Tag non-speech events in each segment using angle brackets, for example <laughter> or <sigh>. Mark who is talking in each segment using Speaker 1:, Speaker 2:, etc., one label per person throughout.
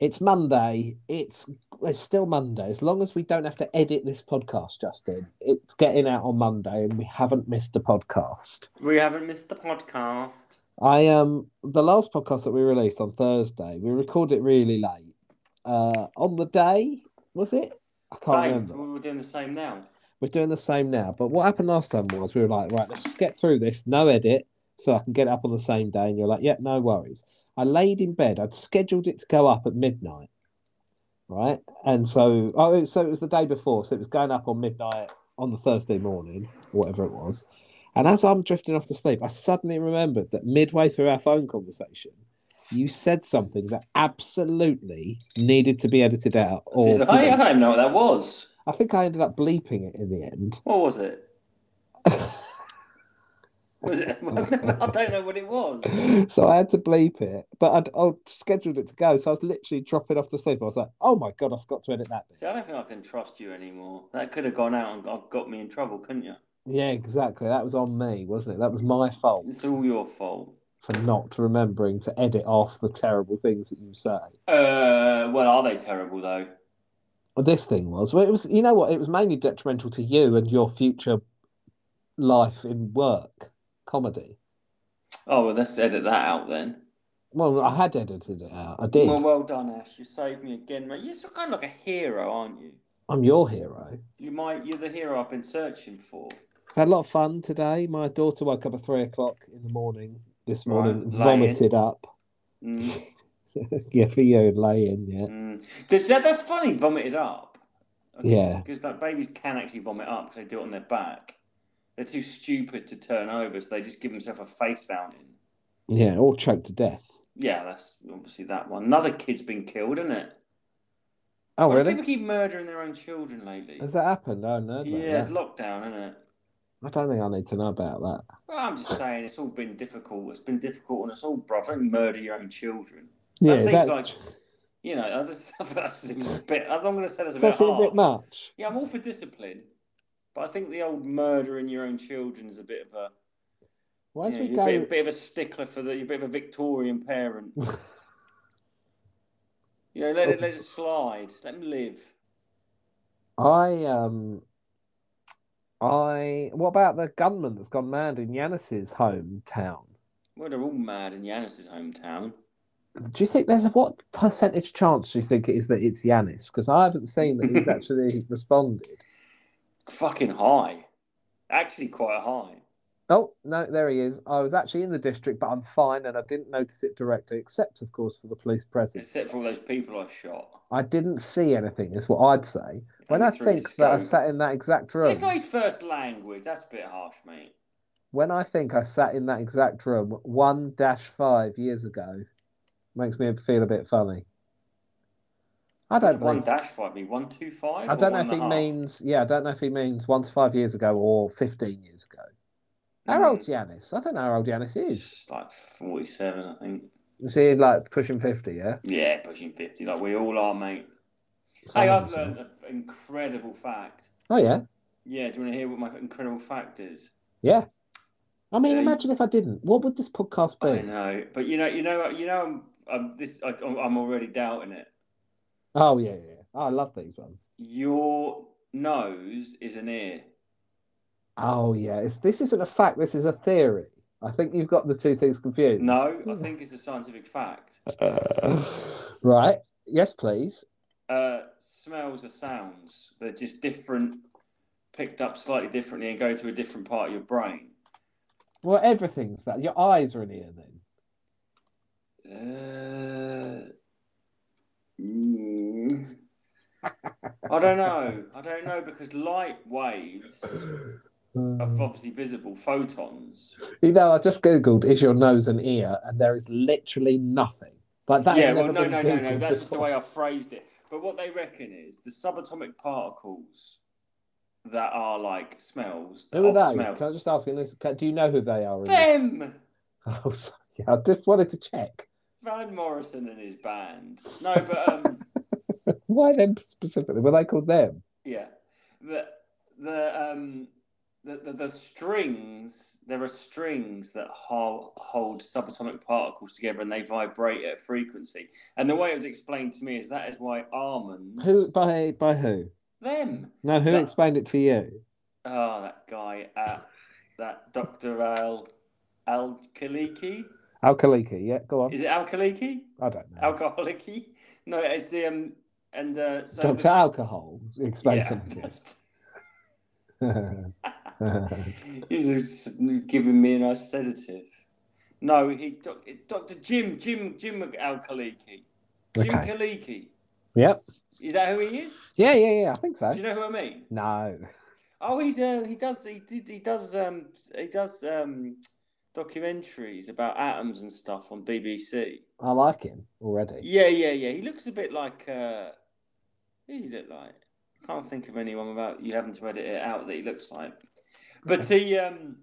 Speaker 1: It's Monday. It's it's still Monday. As long as we don't have to edit this podcast, Justin, it's getting out on Monday, and we haven't missed a podcast.
Speaker 2: We haven't missed the podcast.
Speaker 1: I um the last podcast that we released on Thursday, we recorded it really late. Uh, on the day was it? I can't
Speaker 2: Same.
Speaker 1: remember.
Speaker 2: We're doing the same now.
Speaker 1: We're doing the same now. But what happened last time was we were like, right, let's just get through this, no edit, so I can get it up on the same day. And you're like, yeah, no worries. I laid in bed. I'd scheduled it to go up at midnight, right? And so, oh, so it was the day before. So it was going up on midnight on the Thursday morning, or whatever it was. And as I'm drifting off to sleep, I suddenly remembered that midway through our phone conversation, you said something that absolutely needed to be edited out. Or
Speaker 2: Did I? I don't know what that was.
Speaker 1: I think I ended up bleeping it in the end.
Speaker 2: What
Speaker 1: <laughs>
Speaker 2: was it? was it? <laughs> I don't know what it was.
Speaker 1: <laughs> so I had to bleep it, but I'd, I'd scheduled it to go. So I was literally dropping off to sleep. I was like, oh my God, I forgot to edit that. bit."
Speaker 2: See, I don't think I can trust you anymore. That could have gone out and got got me in trouble, couldn't you?
Speaker 1: Yeah, exactly. That was on me, wasn't it? That was my fault
Speaker 2: It's all your fault.
Speaker 1: for not remembering to edit off the terrible things that you say.
Speaker 2: Uh, well, are they terrible though?
Speaker 1: Well, this thing was, well, it was, you know what? It was mainly detrimental to you and your future life in work comedy.
Speaker 2: Oh, well, let's edit that out then.
Speaker 1: Well, I had edited it out. I did.
Speaker 2: Well, well done, Ash. You saved me again, mate. You're kind of like a hero, aren't you?
Speaker 1: I'm your hero.
Speaker 2: You might. You're the hero I've been searching for.
Speaker 1: Had a lot of fun today. My daughter woke up at three o'clock in the morning this
Speaker 2: Right,
Speaker 1: morning,
Speaker 2: laying.
Speaker 1: vomited up.
Speaker 2: Mm,
Speaker 1: <laughs> yeah, for you and lay in, yeah.
Speaker 2: mm. Does that, that's funny. Vomited up.
Speaker 1: Yeah.
Speaker 2: Because like babies can actually vomit up because they do it on their back. They're too stupid to turn over, so they just give themselves a face fountain.
Speaker 1: Yeah, all choked to death.
Speaker 2: Yeah, that's obviously that one. Another kid's been killed, isn't it?
Speaker 1: Oh,
Speaker 2: Why do
Speaker 1: really?
Speaker 2: People keep murdering their own children lately.
Speaker 1: Has that happened? I don't know. about
Speaker 2: Yeah, it's
Speaker 1: that.
Speaker 2: lockdown, isn't it?
Speaker 1: I don't think I need to know about that.
Speaker 2: Well, I'm just saying it's all been difficult. It's been difficult on us all, brother. Don't murder your own children.
Speaker 1: Yeah,
Speaker 2: seems
Speaker 1: that's,
Speaker 2: like- You know, I just <laughs> that seems a bit. I'm going to say that's a
Speaker 1: that's
Speaker 2: bit
Speaker 1: a
Speaker 2: hard.
Speaker 1: bit much.
Speaker 2: yeah, I'm all for discipline, but I think the old murdering your own children is a bit of a.
Speaker 1: Why is
Speaker 2: you know,
Speaker 1: we
Speaker 2: you're a
Speaker 1: go?
Speaker 2: bit, bit of a stickler for the. You're a bit of a Victorian
Speaker 1: <laughs>
Speaker 2: parent. you know, let it let it slide. Let them live.
Speaker 1: I um, I. What about the gunman that's gone mad in Yanis's hometown?
Speaker 2: Well, they're all mad in Yanis's hometown.
Speaker 1: Do you think there's a what percentage chance do you think it is that it's Yanis? Because I haven't seen that
Speaker 2: <laughs>
Speaker 1: he's actually responded.
Speaker 2: Fucking high, actually quite high.
Speaker 1: Oh, no, there he is. I was actually in the district, but I'm fine and I didn't notice it directly, except, of course, for the police presence.
Speaker 2: Except for all those people I shot.
Speaker 1: I didn't see anything, is what I'd say. When
Speaker 2: Only
Speaker 1: I
Speaker 2: through the
Speaker 1: think that I
Speaker 2: scope.
Speaker 1: sat in that exact room,
Speaker 2: It's not his first language. That's a bit harsh, mate.
Speaker 1: when I think I sat in that exact room one dash five years ago, makes me feel a bit funny. I
Speaker 2: It's
Speaker 1: don't
Speaker 2: one
Speaker 1: believe.
Speaker 2: dash five. Me one two five.
Speaker 1: I
Speaker 2: or
Speaker 1: don't know
Speaker 2: one
Speaker 1: if he
Speaker 2: and a half?
Speaker 1: means, yeah, I don't know if he means one to five years ago or 15 years ago. How
Speaker 2: Mm.
Speaker 1: old's Yanis? I don't know how old Yanis is.
Speaker 2: It's like forty-seven, I think.
Speaker 1: Is he like pushing 50, yeah?
Speaker 2: Yeah, pushing fifty, like we all are, mate. hey,
Speaker 1: Something
Speaker 2: I've
Speaker 1: so.
Speaker 2: learned an incredible fact.
Speaker 1: Oh, yeah.
Speaker 2: Yeah, do you want to hear what my incredible fact is?
Speaker 1: Yeah. I mean,
Speaker 2: Yeah, you-
Speaker 1: imagine if I didn't. What would this podcast
Speaker 2: I
Speaker 1: be?
Speaker 2: know, but you know, you know, you know, I'm, I'm this. I, I'm already doubting it.
Speaker 1: Oh, yeah, yeah. yeah. Oh, I love these ones.
Speaker 2: Your nose is an ear.
Speaker 1: Oh, yeah. It's, this isn't a fact. This is a theory. I think you've got the two things confused.
Speaker 2: No, I think it's a scientific fact.
Speaker 1: right. Yes, please.
Speaker 2: Uh, smells are sounds. They're just different, picked up slightly differently, and go to a different part of your brain.
Speaker 1: Well, everything's that. Your eyes are an ear, then.
Speaker 2: Uh, mm. I don't know. I don't know because light waves are obviously visible photons.
Speaker 1: You know, I just Googled, is your nose an ear? And there is literally nothing. Like that. has
Speaker 2: yeah,
Speaker 1: never
Speaker 2: well, no,
Speaker 1: been
Speaker 2: no, no, no.
Speaker 1: Googled
Speaker 2: That's just the
Speaker 1: before.
Speaker 2: way I phrased it. But what they reckon is the subatomic particles that are like smells. That
Speaker 1: Who are
Speaker 2: are
Speaker 1: they?
Speaker 2: smell.
Speaker 1: Can I just ask you this? Can, do you know who they are? in this?
Speaker 2: Them.
Speaker 1: <laughs> Oh, sorry. I just wanted to check.
Speaker 2: Van Morrison and his band. No, but um,
Speaker 1: Why them specifically? Were they called them?
Speaker 2: yeah, the the um, the, the, the strings there are strings that hold, hold subatomic particles together and they vibrate at a frequency and the way it was explained to me is that is why almonds
Speaker 1: Who by by who?
Speaker 2: them
Speaker 1: No, who
Speaker 2: That-
Speaker 1: explained it to you?
Speaker 2: oh that guy at that dr al al kaliki
Speaker 1: Al Kaliki. Yeah, go on.
Speaker 2: is it al kaliki
Speaker 1: I don't know.
Speaker 2: alcoholic no it's the um and uh so
Speaker 1: Dr. Alcohol explained
Speaker 2: yeah,
Speaker 1: something.
Speaker 2: that's- <laughs>
Speaker 1: <laughs>
Speaker 2: He's just giving me a nice sedative. No, he doc- Dr. Jim Jim Jim Al Kaliki. Jim
Speaker 1: Okay.
Speaker 2: Kaliki.
Speaker 1: Yep.
Speaker 2: Is that who he is?
Speaker 1: Yeah, yeah, yeah. I think so.
Speaker 2: Do you know who I mean?
Speaker 1: No.
Speaker 2: Oh, he's uh, he does he did he does um he does um documentaries about atoms and stuff on BBC.
Speaker 1: I like him already.
Speaker 2: Yeah, yeah, yeah. He looks a bit like uh, who does he look like? I can't think of anyone without you having to edit it out that he looks like. But he um,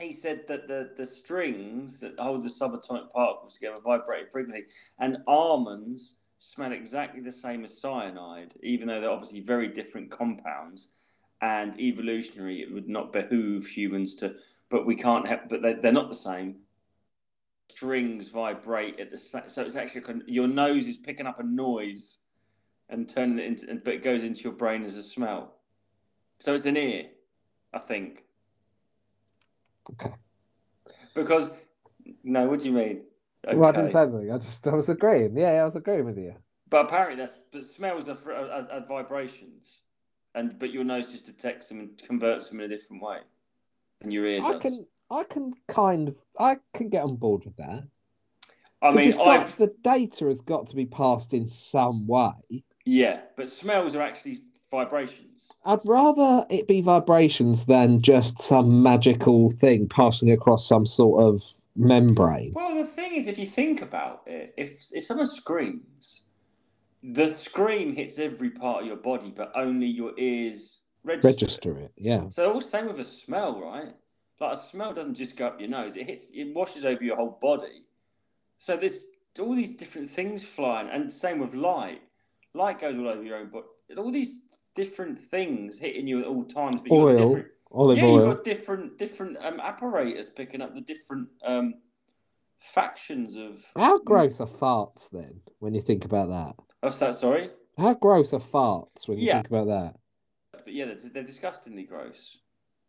Speaker 2: he said that the the strings that hold the subatomic particles together vibrate frequently, and almonds smell exactly the same as cyanide, even though they're obviously very different compounds. And evolutionary, it would not behoove humans to, but we can't have, but they, they're not the same strings vibrate at the sa- so it's actually con- your nose is picking up a noise and turning it into and- but it goes into your brain as a smell so it's an ear i think
Speaker 1: Okay.
Speaker 2: because no what do you mean
Speaker 1: Well, I didn't
Speaker 2: Okay.
Speaker 1: say anything. I just I was agreeing. Yeah, I was agreeing with you.
Speaker 2: but apparently that's but smells are, fr- are, are vibrations and but your nose just detects them and converts them in a different way and your ear
Speaker 1: I
Speaker 2: does
Speaker 1: can I can kind of I can get on board with that.
Speaker 2: i
Speaker 1: 'Cause
Speaker 2: mean
Speaker 1: it's got-
Speaker 2: i've
Speaker 1: the data has got to be passed in some way.
Speaker 2: yeah but smells are actually vibrations
Speaker 1: I'd rather it be vibrations than just some magical thing passing across some sort of membrane.
Speaker 2: Well, the thing is, if you think about it, if if someone screams, the scream hits every part of your body, but only your ears register.
Speaker 1: Register it. Yeah.
Speaker 2: So all same with a smell, right? Like a smell doesn't just go up your nose; it hits, it washes over your whole body. So there's all these different things flying, and same with light. Light goes all over your own body. All these different things hitting you at all times. But you've got
Speaker 1: Oil.
Speaker 2: different-
Speaker 1: Olive
Speaker 2: yeah,
Speaker 1: oil.
Speaker 2: you've got different different um, apparatus picking up the different um, factions of.
Speaker 1: How gross are farts then when you think about that?
Speaker 2: What's that? Sorry,
Speaker 1: How gross are farts when you
Speaker 2: Yeah.
Speaker 1: think about that?
Speaker 2: but yeah, they're, they're disgustingly gross.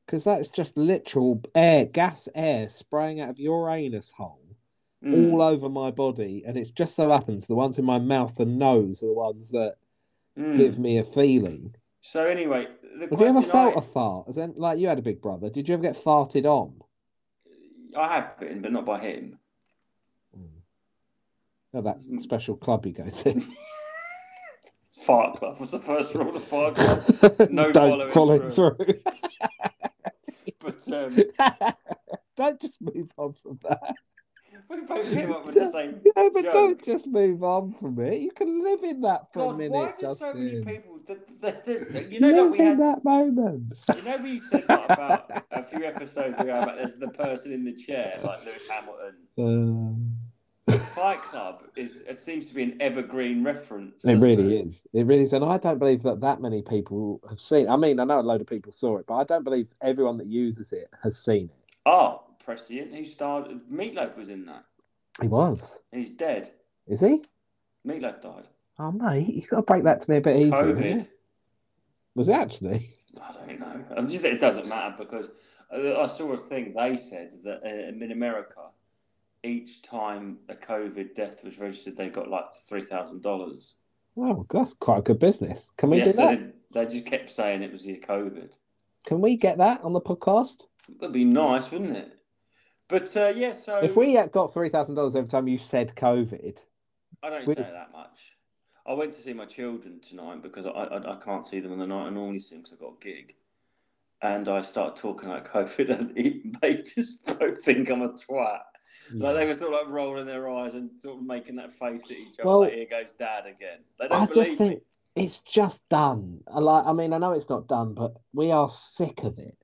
Speaker 1: Because that's just literal air, gas air spraying out of your anus hole
Speaker 2: Mm.
Speaker 1: all over my body. And it just so happens the ones in my mouth and nose are the ones that
Speaker 2: Mm.
Speaker 1: give me a feeling.
Speaker 2: So anyway, the
Speaker 1: Have you ever
Speaker 2: question I,
Speaker 1: felt a fart? As in, like you had a big brother. Did you ever get farted on?
Speaker 2: I have been, but not by him.
Speaker 1: No, Mm. Oh, that
Speaker 2: Mm.
Speaker 1: special club you go to. <laughs>
Speaker 2: Fart club was the first rule of
Speaker 1: <laughs>
Speaker 2: fart club, <laughs> No
Speaker 1: Don't follow
Speaker 2: following
Speaker 1: through.
Speaker 2: but um,
Speaker 1: <laughs> Don't just move on from that.
Speaker 2: we both came up with the same.
Speaker 1: Yeah, but
Speaker 2: <laughs> joke.
Speaker 1: don't just move on from it. You can live in that for a
Speaker 2: God,
Speaker 1: minute,
Speaker 2: why do so
Speaker 1: Justin. <laughs>
Speaker 2: many people? The, the, the, you know that
Speaker 1: live
Speaker 2: we
Speaker 1: in
Speaker 2: had
Speaker 1: that
Speaker 2: <laughs>
Speaker 1: moment.
Speaker 2: You know, we said that about
Speaker 1: <laughs>
Speaker 2: a few episodes ago about there's the person in the chair, like Lewis Hamilton.
Speaker 1: Uh,
Speaker 2: Fight Club is it seems to be an evergreen reference.
Speaker 1: it
Speaker 2: doesn't
Speaker 1: really is. It really is, and I don't believe that that many people have seen. I mean, I know a load of people saw it, but I don't believe everyone that uses it has seen it.
Speaker 2: Oh, prescient. Who starred? Meatloaf was in that.
Speaker 1: He was,
Speaker 2: And he's dead.
Speaker 1: is he?
Speaker 2: Meatloaf died.
Speaker 1: Oh mate, you got to break that to me a bit easier. haven't
Speaker 2: COVID.
Speaker 1: you? Was it actually?
Speaker 2: I don't know. I'm just, it doesn't matter because I I saw a thing they said that uh, in America, each time a COVID death was registered, they got like three thousand dollars.
Speaker 1: Oh, that's quite a good business. Can we
Speaker 2: yeah,
Speaker 1: do
Speaker 2: so
Speaker 1: that?
Speaker 2: they, they just kept saying it was the COVID.
Speaker 1: Can we get that on the podcast?
Speaker 2: That'd be nice, wouldn't it? But uh, yeah, so
Speaker 1: If we had got three thousand dollars every time you said COVID,
Speaker 2: I don't
Speaker 1: we-
Speaker 2: say that much. I went to see my children tonight because I, I, I can't see them in the night. I normally see them because I've got a gig. And I start talking about COVID, <laughs> and it, they just both think I'm a twat. Like they were sort of like rolling their eyes and sort of making that face at each other.
Speaker 1: Well,
Speaker 2: like, here goes dad again. They don't
Speaker 1: I
Speaker 2: believe
Speaker 1: just
Speaker 2: me.
Speaker 1: think it's just done. I like. I mean, I know it's not done, but we are sick of it.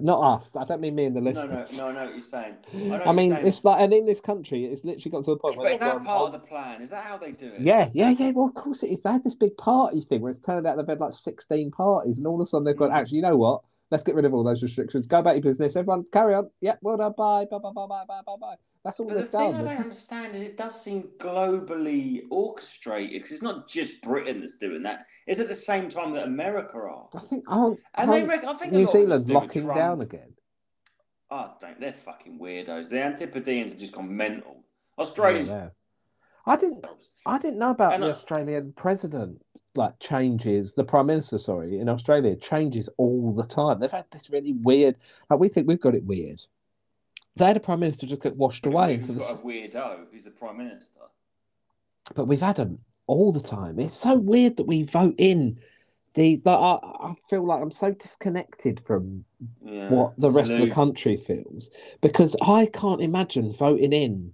Speaker 1: Not us. I don't mean me and the
Speaker 2: No, no,
Speaker 1: listeners.
Speaker 2: no, I know what you're saying. I, know
Speaker 1: I,
Speaker 2: what
Speaker 1: mean,
Speaker 2: you're saying.
Speaker 1: it's like, and in this country, it's literally got to the point where "Oh,
Speaker 2: But is that
Speaker 1: everyone-
Speaker 2: part of the plan? Is that how they do it?
Speaker 1: Yeah, yeah, yeah. Well, of
Speaker 2: Mm.
Speaker 1: course it is. They had this big party thing where it's turned out they've had like 16 parties, and all of a sudden they've gone, actually, you know what? Let's get rid of all those restrictions. Go about your business. Everyone, carry on. Yeah, well done. Bye. Bye. Bye. Bye. Bye. Bye. Bye. Bye. That's all
Speaker 2: But the
Speaker 1: they've
Speaker 2: thing I
Speaker 1: done.
Speaker 2: don't understand is it does seem globally orchestrated because it's not just Britain that's doing that. It's at the same time that America are,
Speaker 1: I think aren't,
Speaker 2: and they
Speaker 1: aren't
Speaker 2: reckon. I think a
Speaker 1: New
Speaker 2: lot of it's
Speaker 1: Zealand
Speaker 2: to do with
Speaker 1: locking
Speaker 2: Trump.
Speaker 1: down again?
Speaker 2: Oh, don't they're fucking weirdos. The Antipodeans have just gone mental. Australians.
Speaker 1: Yeah. I didn't. I didn't know about
Speaker 2: And
Speaker 1: the
Speaker 2: I-
Speaker 1: Australian president. Like changes the prime minister, sorry, in Australia changes all the time. They've had this really weird. Like we think we've got it weird. They had a prime minister just get washed away
Speaker 2: Who's
Speaker 1: into the.
Speaker 2: got
Speaker 1: s-
Speaker 2: a weirdo who's the prime minister.
Speaker 1: but we've had them all the time. It's so weird that we vote in these. Like I, I feel like I'm so disconnected from
Speaker 2: Yeah.
Speaker 1: what the rest of the
Speaker 2: Salute.
Speaker 1: country feels because I can't imagine voting in.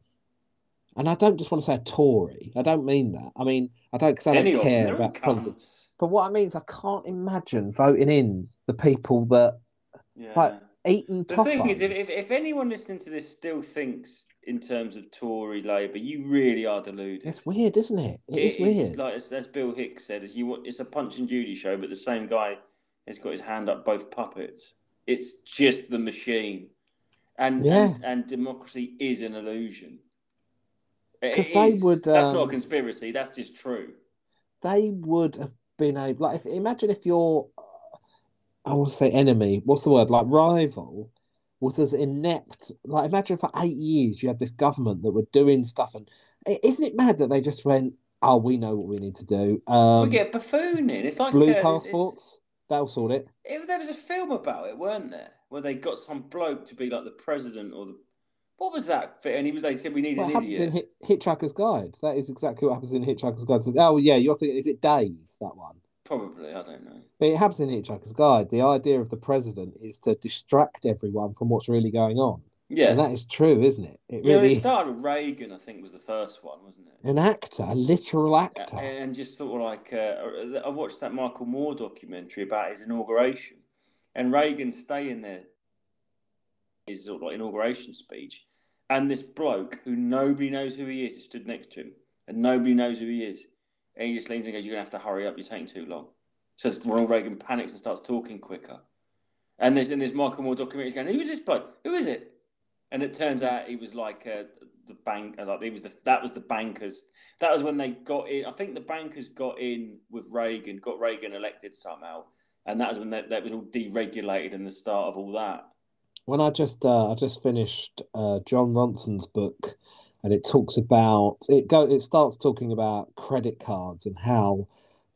Speaker 1: And I don't just want to say a Tory. I don't mean that. I mean I don't because I
Speaker 2: Any
Speaker 1: don't
Speaker 2: of them,
Speaker 1: care
Speaker 2: they're all
Speaker 1: about politics.
Speaker 2: cunts.
Speaker 1: But what I mean is I can't imagine voting in the people that
Speaker 2: Yeah.
Speaker 1: Like, eat and
Speaker 2: The
Speaker 1: top
Speaker 2: thing is, if, if, if anyone listening to this still thinks in terms of Tory Labour, you really are deluded.
Speaker 1: it's weird, isn't it? it is
Speaker 2: It is,
Speaker 1: weird.
Speaker 2: Like as, as Bill Hicks said, is you want- it's a Punch and Judy show, but the same guy has got his hand up both puppets. It's just the machine, and
Speaker 1: Yeah.
Speaker 2: and, and democracy is an illusion. It
Speaker 1: 'Cause they
Speaker 2: is.
Speaker 1: would,
Speaker 2: That's not
Speaker 1: um,
Speaker 2: a conspiracy. That's just true.
Speaker 1: they would have been able like if imagine if your I want to say enemy, what's the word? Like rival was as inept. Like imagine for eight years you had this government that were doing stuff and i- isn't it mad that they just went, Oh, we know what we need to do. Um
Speaker 2: we get buffooning. It's like
Speaker 1: blue
Speaker 2: uh, it's- it's-
Speaker 1: passports, that'll sort it.
Speaker 2: It, there was a film about it, weren't there? Where they got some bloke to be like the president or the what was that? fit? And he was they said we need
Speaker 1: What
Speaker 2: an
Speaker 1: happens in
Speaker 2: idiot.
Speaker 1: Hit- Hitchhiker's Guide? That is exactly what happens in Hitchhiker's Guide. to- Oh yeah, you're thinking is it Dave, that one?
Speaker 2: Probably, I don't know.
Speaker 1: But it happens in Hitchhiker's Guide. The idea of the president is to distract everyone from what's really going on.
Speaker 2: Yeah,
Speaker 1: And that is true, isn't it? It
Speaker 2: yeah.
Speaker 1: really
Speaker 2: It
Speaker 1: is.
Speaker 2: started with Reagan, I think, was the first one, wasn't it?
Speaker 1: An actor, a literal
Speaker 2: A-
Speaker 1: actor.
Speaker 2: And just sort of like uh, I watched that Michael Moore documentary about his inauguration, and Reagan staying there his sort of like inauguration speech, and this bloke who nobody knows who he is is stood next to him, and nobody knows who he is, and he just leans and goes, "You're gonna have to hurry up. You're taking too long." So Ronald Reagan panics and starts talking quicker, and there's in this Michael Moore documentary going, "Who is this bloke? Who is it?" And it turns out he was like uh, the bank, uh, like he was the that was the bankers. That was when they got in. I think the bankers got in with Reagan, got Reagan elected somehow, and that was when that, that was all deregulated and the start of all that.
Speaker 1: When I just uh, I just finished uh, John Ronson's book, and it talks about it go it starts talking about credit cards and how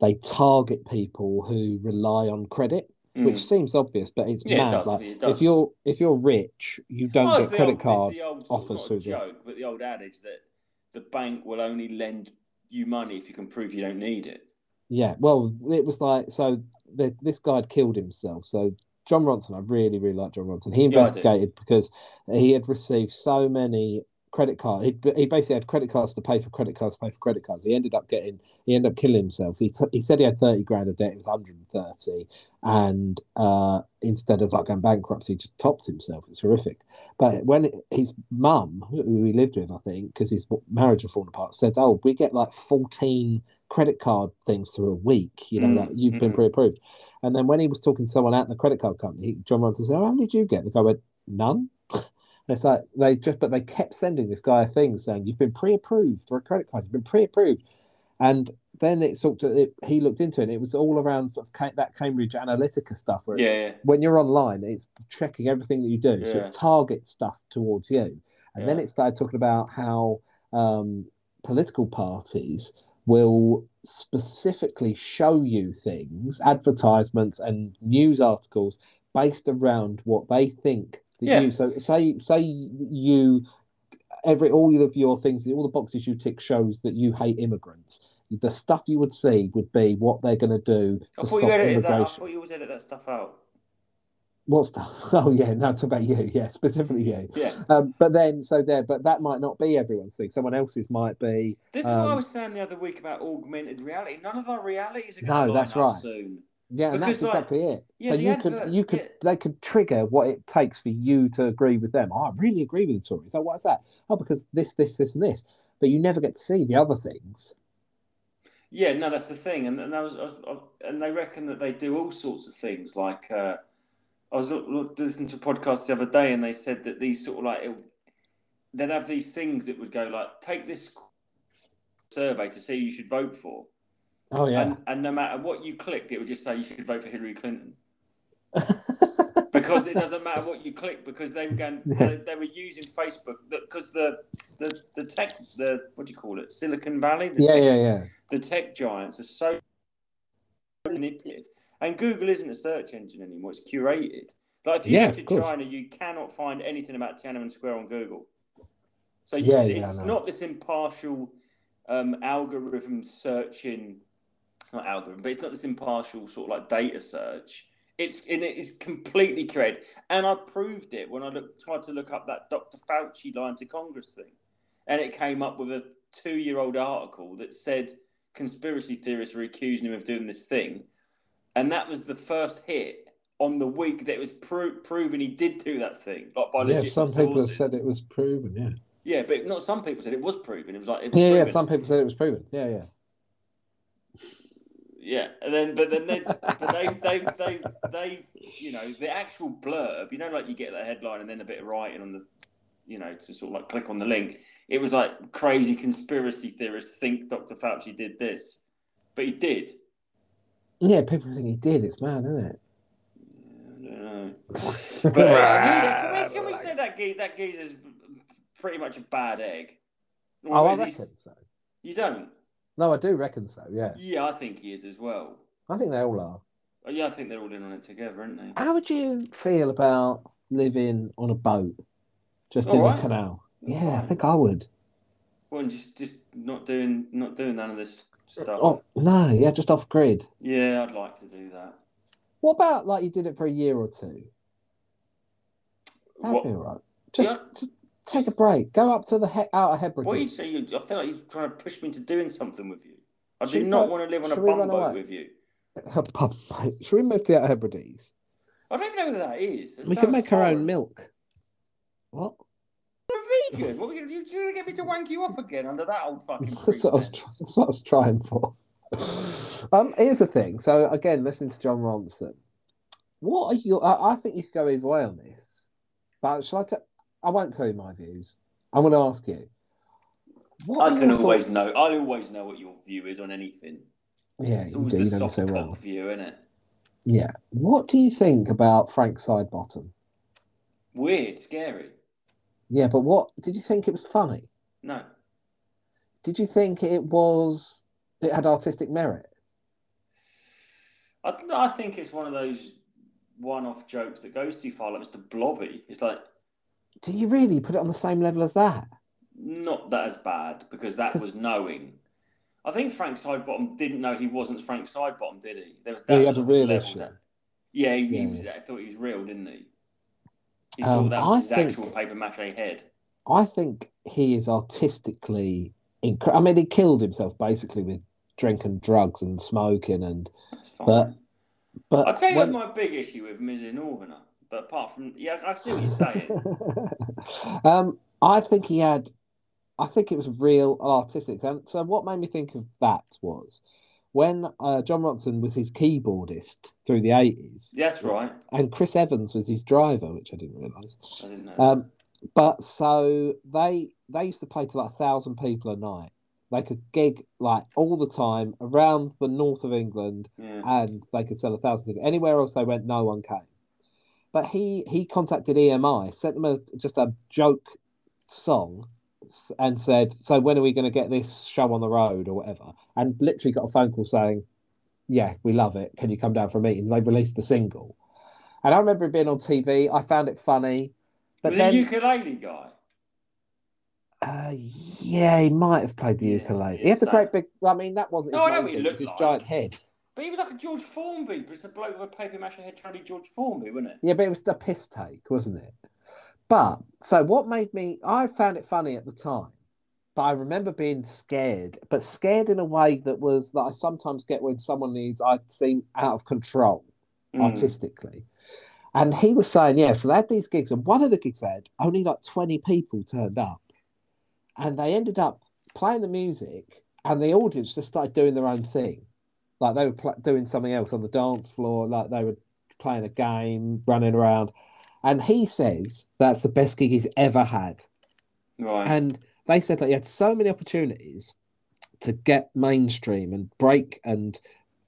Speaker 1: they target people who rely on credit,
Speaker 2: Mm.
Speaker 1: which seems obvious, but it's
Speaker 2: Yeah, it
Speaker 1: mad.
Speaker 2: does.
Speaker 1: Like,
Speaker 2: it does.
Speaker 1: if you're if you're rich, you don't
Speaker 2: Oh,
Speaker 1: get
Speaker 2: it's the
Speaker 1: credit
Speaker 2: old-
Speaker 1: card.
Speaker 2: it's the old
Speaker 1: offers
Speaker 2: sort of, not
Speaker 1: through
Speaker 2: a
Speaker 1: the-
Speaker 2: joke, but the old adage that the bank will only lend you money if you can prove you don't need it.
Speaker 1: Yeah, well, it was like so. The, this guy had killed himself. So John Ronson, I really, really like John Ronson. He
Speaker 2: Yeah, I do.
Speaker 1: investigated because he had received so many credit cards. He, he basically had credit cards to pay for credit cards, to pay for credit cards. He ended up getting, he ended up killing himself. He t- he said he had thirty grand of debt. It was hundred and thirty, and uh, instead of like going bankrupt, he just topped himself. It's horrific. But when his mum, who he lived with, I think, because his marriage had fallen apart, said, "Oh, we get like fourteen credit card things through a week. You know,
Speaker 2: Mm,
Speaker 1: like you've been
Speaker 2: mm.
Speaker 1: pre-approved. And then when he was talking to someone at the credit card company, John Ronson said, oh, "How many did you get?" The guy went, "None." And it's like they just, but they kept sending this guy things saying, "You've been pre-approved for a credit card. You've been pre-approved." And then it sort of it, he looked into it. And it was all around sort of ca- that Cambridge Analytica stuff, where
Speaker 2: Yeah,
Speaker 1: it's,
Speaker 2: yeah.
Speaker 1: when you're online, it's checking everything that you do, so
Speaker 2: Yeah.
Speaker 1: it targets stuff towards you. And then
Speaker 2: Yeah.
Speaker 1: it started talking about how um, political parties will specifically show you things, advertisements and news articles based around what they think that
Speaker 2: Yeah.
Speaker 1: you. So say say you every all of your things, all the boxes you tick shows that you hate immigrants. The stuff you would see would be what they're going to do
Speaker 2: I
Speaker 1: to
Speaker 2: thought
Speaker 1: stop
Speaker 2: Oh, you edited
Speaker 1: immigration.
Speaker 2: that. I thought you always edit that stuff out.
Speaker 1: What stuff? <laughs> Oh yeah, no, it's about you. Yeah, specifically you.
Speaker 2: Yeah.
Speaker 1: Um, but then, so there, but that might not be everyone's thing. Someone else's might be.
Speaker 2: This is what I
Speaker 1: Um,
Speaker 2: was saying the other week about augmented reality. None of our realities are
Speaker 1: No,
Speaker 2: going to line
Speaker 1: that's
Speaker 2: up
Speaker 1: right.
Speaker 2: soon.
Speaker 1: Yeah, and that's
Speaker 2: Because, like,
Speaker 1: exactly it.
Speaker 2: yeah,
Speaker 1: so
Speaker 2: the
Speaker 1: you could,
Speaker 2: advert-
Speaker 1: you could,
Speaker 2: yeah.
Speaker 1: they could trigger what it takes for you to agree with them. Oh, I really agree with the Tories. Oh, what's that? Oh, because this, this, this, and this. But you never get to see the other things.
Speaker 2: Yeah, no, that's the thing, and and I was, I was I, and they reckon that they do all sorts of things like uh, I was l- l- listening to a podcast the other day, and they said that these sort of like it, they'd have these things that would go like take this survey to see who you should vote for,
Speaker 1: Oh yeah.
Speaker 2: and,
Speaker 1: <laughs>
Speaker 2: and no matter what you clicked, it would just say you should vote for Hillary Clinton because it doesn't matter what you click because they were going
Speaker 1: Yeah.
Speaker 2: they, they were using Facebook because the the the tech the what do you call it Silicon Valley the
Speaker 1: yeah,
Speaker 2: tech
Speaker 1: yeah, yeah.
Speaker 2: the tech giants are so manipulative. And Google isn't a search engine anymore, it's curated. Like if you
Speaker 1: Yeah,
Speaker 2: go
Speaker 1: of
Speaker 2: to
Speaker 1: course.
Speaker 2: China, you cannot find anything about Tiananmen Square on Google. So you,
Speaker 1: Yeah, yeah,
Speaker 2: it's
Speaker 1: I know.
Speaker 2: not this impartial um, algorithm searching, not algorithm, but it's not this impartial sort of like data search. It's and it is completely curated, and I proved it when I look, tried to look up that Dr. Fauci line to Congress thing, and it came up with a two-year-old article that said conspiracy theorists were accusing him of doing this thing, and that was the first hit on the week that it was pro- proven he did do that thing, like by
Speaker 1: yeah
Speaker 2: legit
Speaker 1: some people have
Speaker 2: sources.
Speaker 1: said it was proven. Yeah.
Speaker 2: Yeah, but not some people said it was proven. It was like it was
Speaker 1: Yeah, yeah.
Speaker 2: proven.
Speaker 1: Some people said it was proven. Yeah, yeah.
Speaker 2: Yeah, and then but
Speaker 1: <laughs>
Speaker 2: then they but they, they they they you know the actual blurb you know like you get that headline and then a bit of writing on the you know to sort of like click on the link it was like crazy conspiracy theorists think Dr Fauci did this but he
Speaker 1: <laughs>
Speaker 2: did
Speaker 1: Yeah, people think he did. It's mad, isn't it?
Speaker 2: I don't know.
Speaker 1: <laughs>
Speaker 2: but uh, he- can, we, can we say that ge- that geezer's pretty much a bad egg
Speaker 1: oh,
Speaker 2: Or
Speaker 1: I
Speaker 2: is he-
Speaker 1: reckon so.
Speaker 2: you don't
Speaker 1: No, I do reckon so. Yeah,
Speaker 2: yeah I think he is as well
Speaker 1: I think they all are.
Speaker 2: Oh, yeah I think they're all in on it together aren't they
Speaker 1: How would you feel about living on a boat, just in
Speaker 2: Alright.
Speaker 1: a canal? Yeah, I
Speaker 2: Fine.
Speaker 1: think I would.
Speaker 2: Well, and just just not doing not doing none of this stuff.
Speaker 1: Oh no, yeah, just off grid.
Speaker 2: Yeah, I'd like to do that.
Speaker 1: What about like you did it for a year or two? That'd
Speaker 2: What?
Speaker 1: be all right. Just,
Speaker 2: Yeah.
Speaker 1: just take a break. Go up to the he- outer
Speaker 2: What are you
Speaker 1: Hebrides.
Speaker 2: saying?
Speaker 1: <laughs>
Speaker 2: You- I feel like you're trying to push me into doing something with you. I do
Speaker 1: Should we
Speaker 2: not
Speaker 1: go-
Speaker 2: want to live on a
Speaker 1: should we
Speaker 2: bum
Speaker 1: run
Speaker 2: boat
Speaker 1: away?
Speaker 2: with you.
Speaker 1: Pub, mate. Should we move to the outer Hebrides?
Speaker 2: I don't even know who that is. That
Speaker 1: we can
Speaker 2: sounds
Speaker 1: make our
Speaker 2: foreign.
Speaker 1: own milk. What?
Speaker 2: You're a vegan. What are you going to get me to wank you off again under that
Speaker 1: <laughs>
Speaker 2: old fucking
Speaker 1: That's what, I was try-
Speaker 2: pretense?
Speaker 1: <laughs> that's what I was trying for. um, here's the thing. So again, listening to John Ronson, what are your? I, I think you could go either way on this, but shall I? T- I won't tell you my views. I'm going to ask you. What
Speaker 2: I
Speaker 1: are
Speaker 2: can
Speaker 1: your
Speaker 2: always
Speaker 1: thoughts-
Speaker 2: know. I always know what your view is on anything.
Speaker 1: Yeah,
Speaker 2: It's
Speaker 1: you
Speaker 2: always
Speaker 1: do.
Speaker 2: the
Speaker 1: You know me
Speaker 2: soft
Speaker 1: so
Speaker 2: cock
Speaker 1: well.
Speaker 2: view, isn't it?
Speaker 1: Yeah. What do you think about Frank Sidebottom?
Speaker 2: Weird, scary.
Speaker 1: Yeah, but what did you think it was funny?
Speaker 2: No,
Speaker 1: Did you think it was? It had artistic merit.
Speaker 2: I, no, I think it's one of those one-off jokes that goes too far. Like Mr. Blobby, it's like
Speaker 1: Do you really put it on the same level as that?
Speaker 2: not that as bad because that
Speaker 1: 'Cause-
Speaker 2: was knowing. I think Frank Sidebottom didn't know he wasn't Frank Sidebottom, did he? There was
Speaker 1: Yeah, he
Speaker 2: was
Speaker 1: had a
Speaker 2: his
Speaker 1: real
Speaker 2: level
Speaker 1: issue.
Speaker 2: there. Yeah, he, he
Speaker 1: Yeah,
Speaker 2: was- I thought he was real, didn't he? He
Speaker 1: Um,
Speaker 2: thought that was
Speaker 1: I
Speaker 2: his
Speaker 1: think-
Speaker 2: actual paper mache head.
Speaker 1: I think he is artistically inc- I mean, he killed himself basically with drinking drugs and smoking, and
Speaker 2: That's fine.
Speaker 1: But- but
Speaker 2: I'll tell you
Speaker 1: when-
Speaker 2: what my big issue with him is a northerner. But apart from, yeah, I see what you're
Speaker 1: <laughs>
Speaker 2: saying.
Speaker 1: um, I think he had, I think it was real artistic. And so, what made me think of that was when uh, John Ronson was his keyboardist through the 80s,
Speaker 2: That's right.
Speaker 1: and Chris Evans was his driver, which I didn't realize.
Speaker 2: I didn't know.
Speaker 1: Um, But so they they used to play to like a thousand people a night. They could gig like all the time around the north of England,
Speaker 2: that. yeah.
Speaker 1: and they could sell a thousand tickets. Anywhere else they went, no one came. But he he contacted EMI, sent them a, just a joke song, s- and said, "So when are we going to get this show on the road or whatever?" And literally got a phone call saying, "Yeah, we love it. Can you come down for a meeting?" They released the single, and I remember it being on TV. I found it funny, but
Speaker 2: Was
Speaker 1: then.
Speaker 2: he a ukulele guy?
Speaker 1: Uh, yeah, he might have played the
Speaker 2: Yeah,
Speaker 1: ukulele.
Speaker 2: yeah,
Speaker 1: he had the
Speaker 2: so-
Speaker 1: great big. I mean, that wasn't.
Speaker 2: No, I
Speaker 1: his
Speaker 2: know
Speaker 1: main
Speaker 2: what he
Speaker 1: thing, it was his
Speaker 2: looked like.
Speaker 1: giant head.
Speaker 2: But he was like a George Formby, but it's a bloke with a paper mache head trying to be George Formby, wasn't it?
Speaker 1: Yeah, but it was the piss take, wasn't it? But so what made me? I found it funny at the time, but I remember being scared, but scared in a way that was that I sometimes get when someone is I seem out of control
Speaker 2: Mm.
Speaker 1: artistically. And he was saying, yeah, so they had these gigs, and one of the gigs they had only like 20 people turned up. And they ended up playing the music, and the audience just started doing their own thing. Like they were pl- doing something else on the dance floor, like they were playing a game, running around. And he says that's the best gig he's ever had.
Speaker 2: Right.
Speaker 1: And they said that he had so many opportunities to get mainstream and break and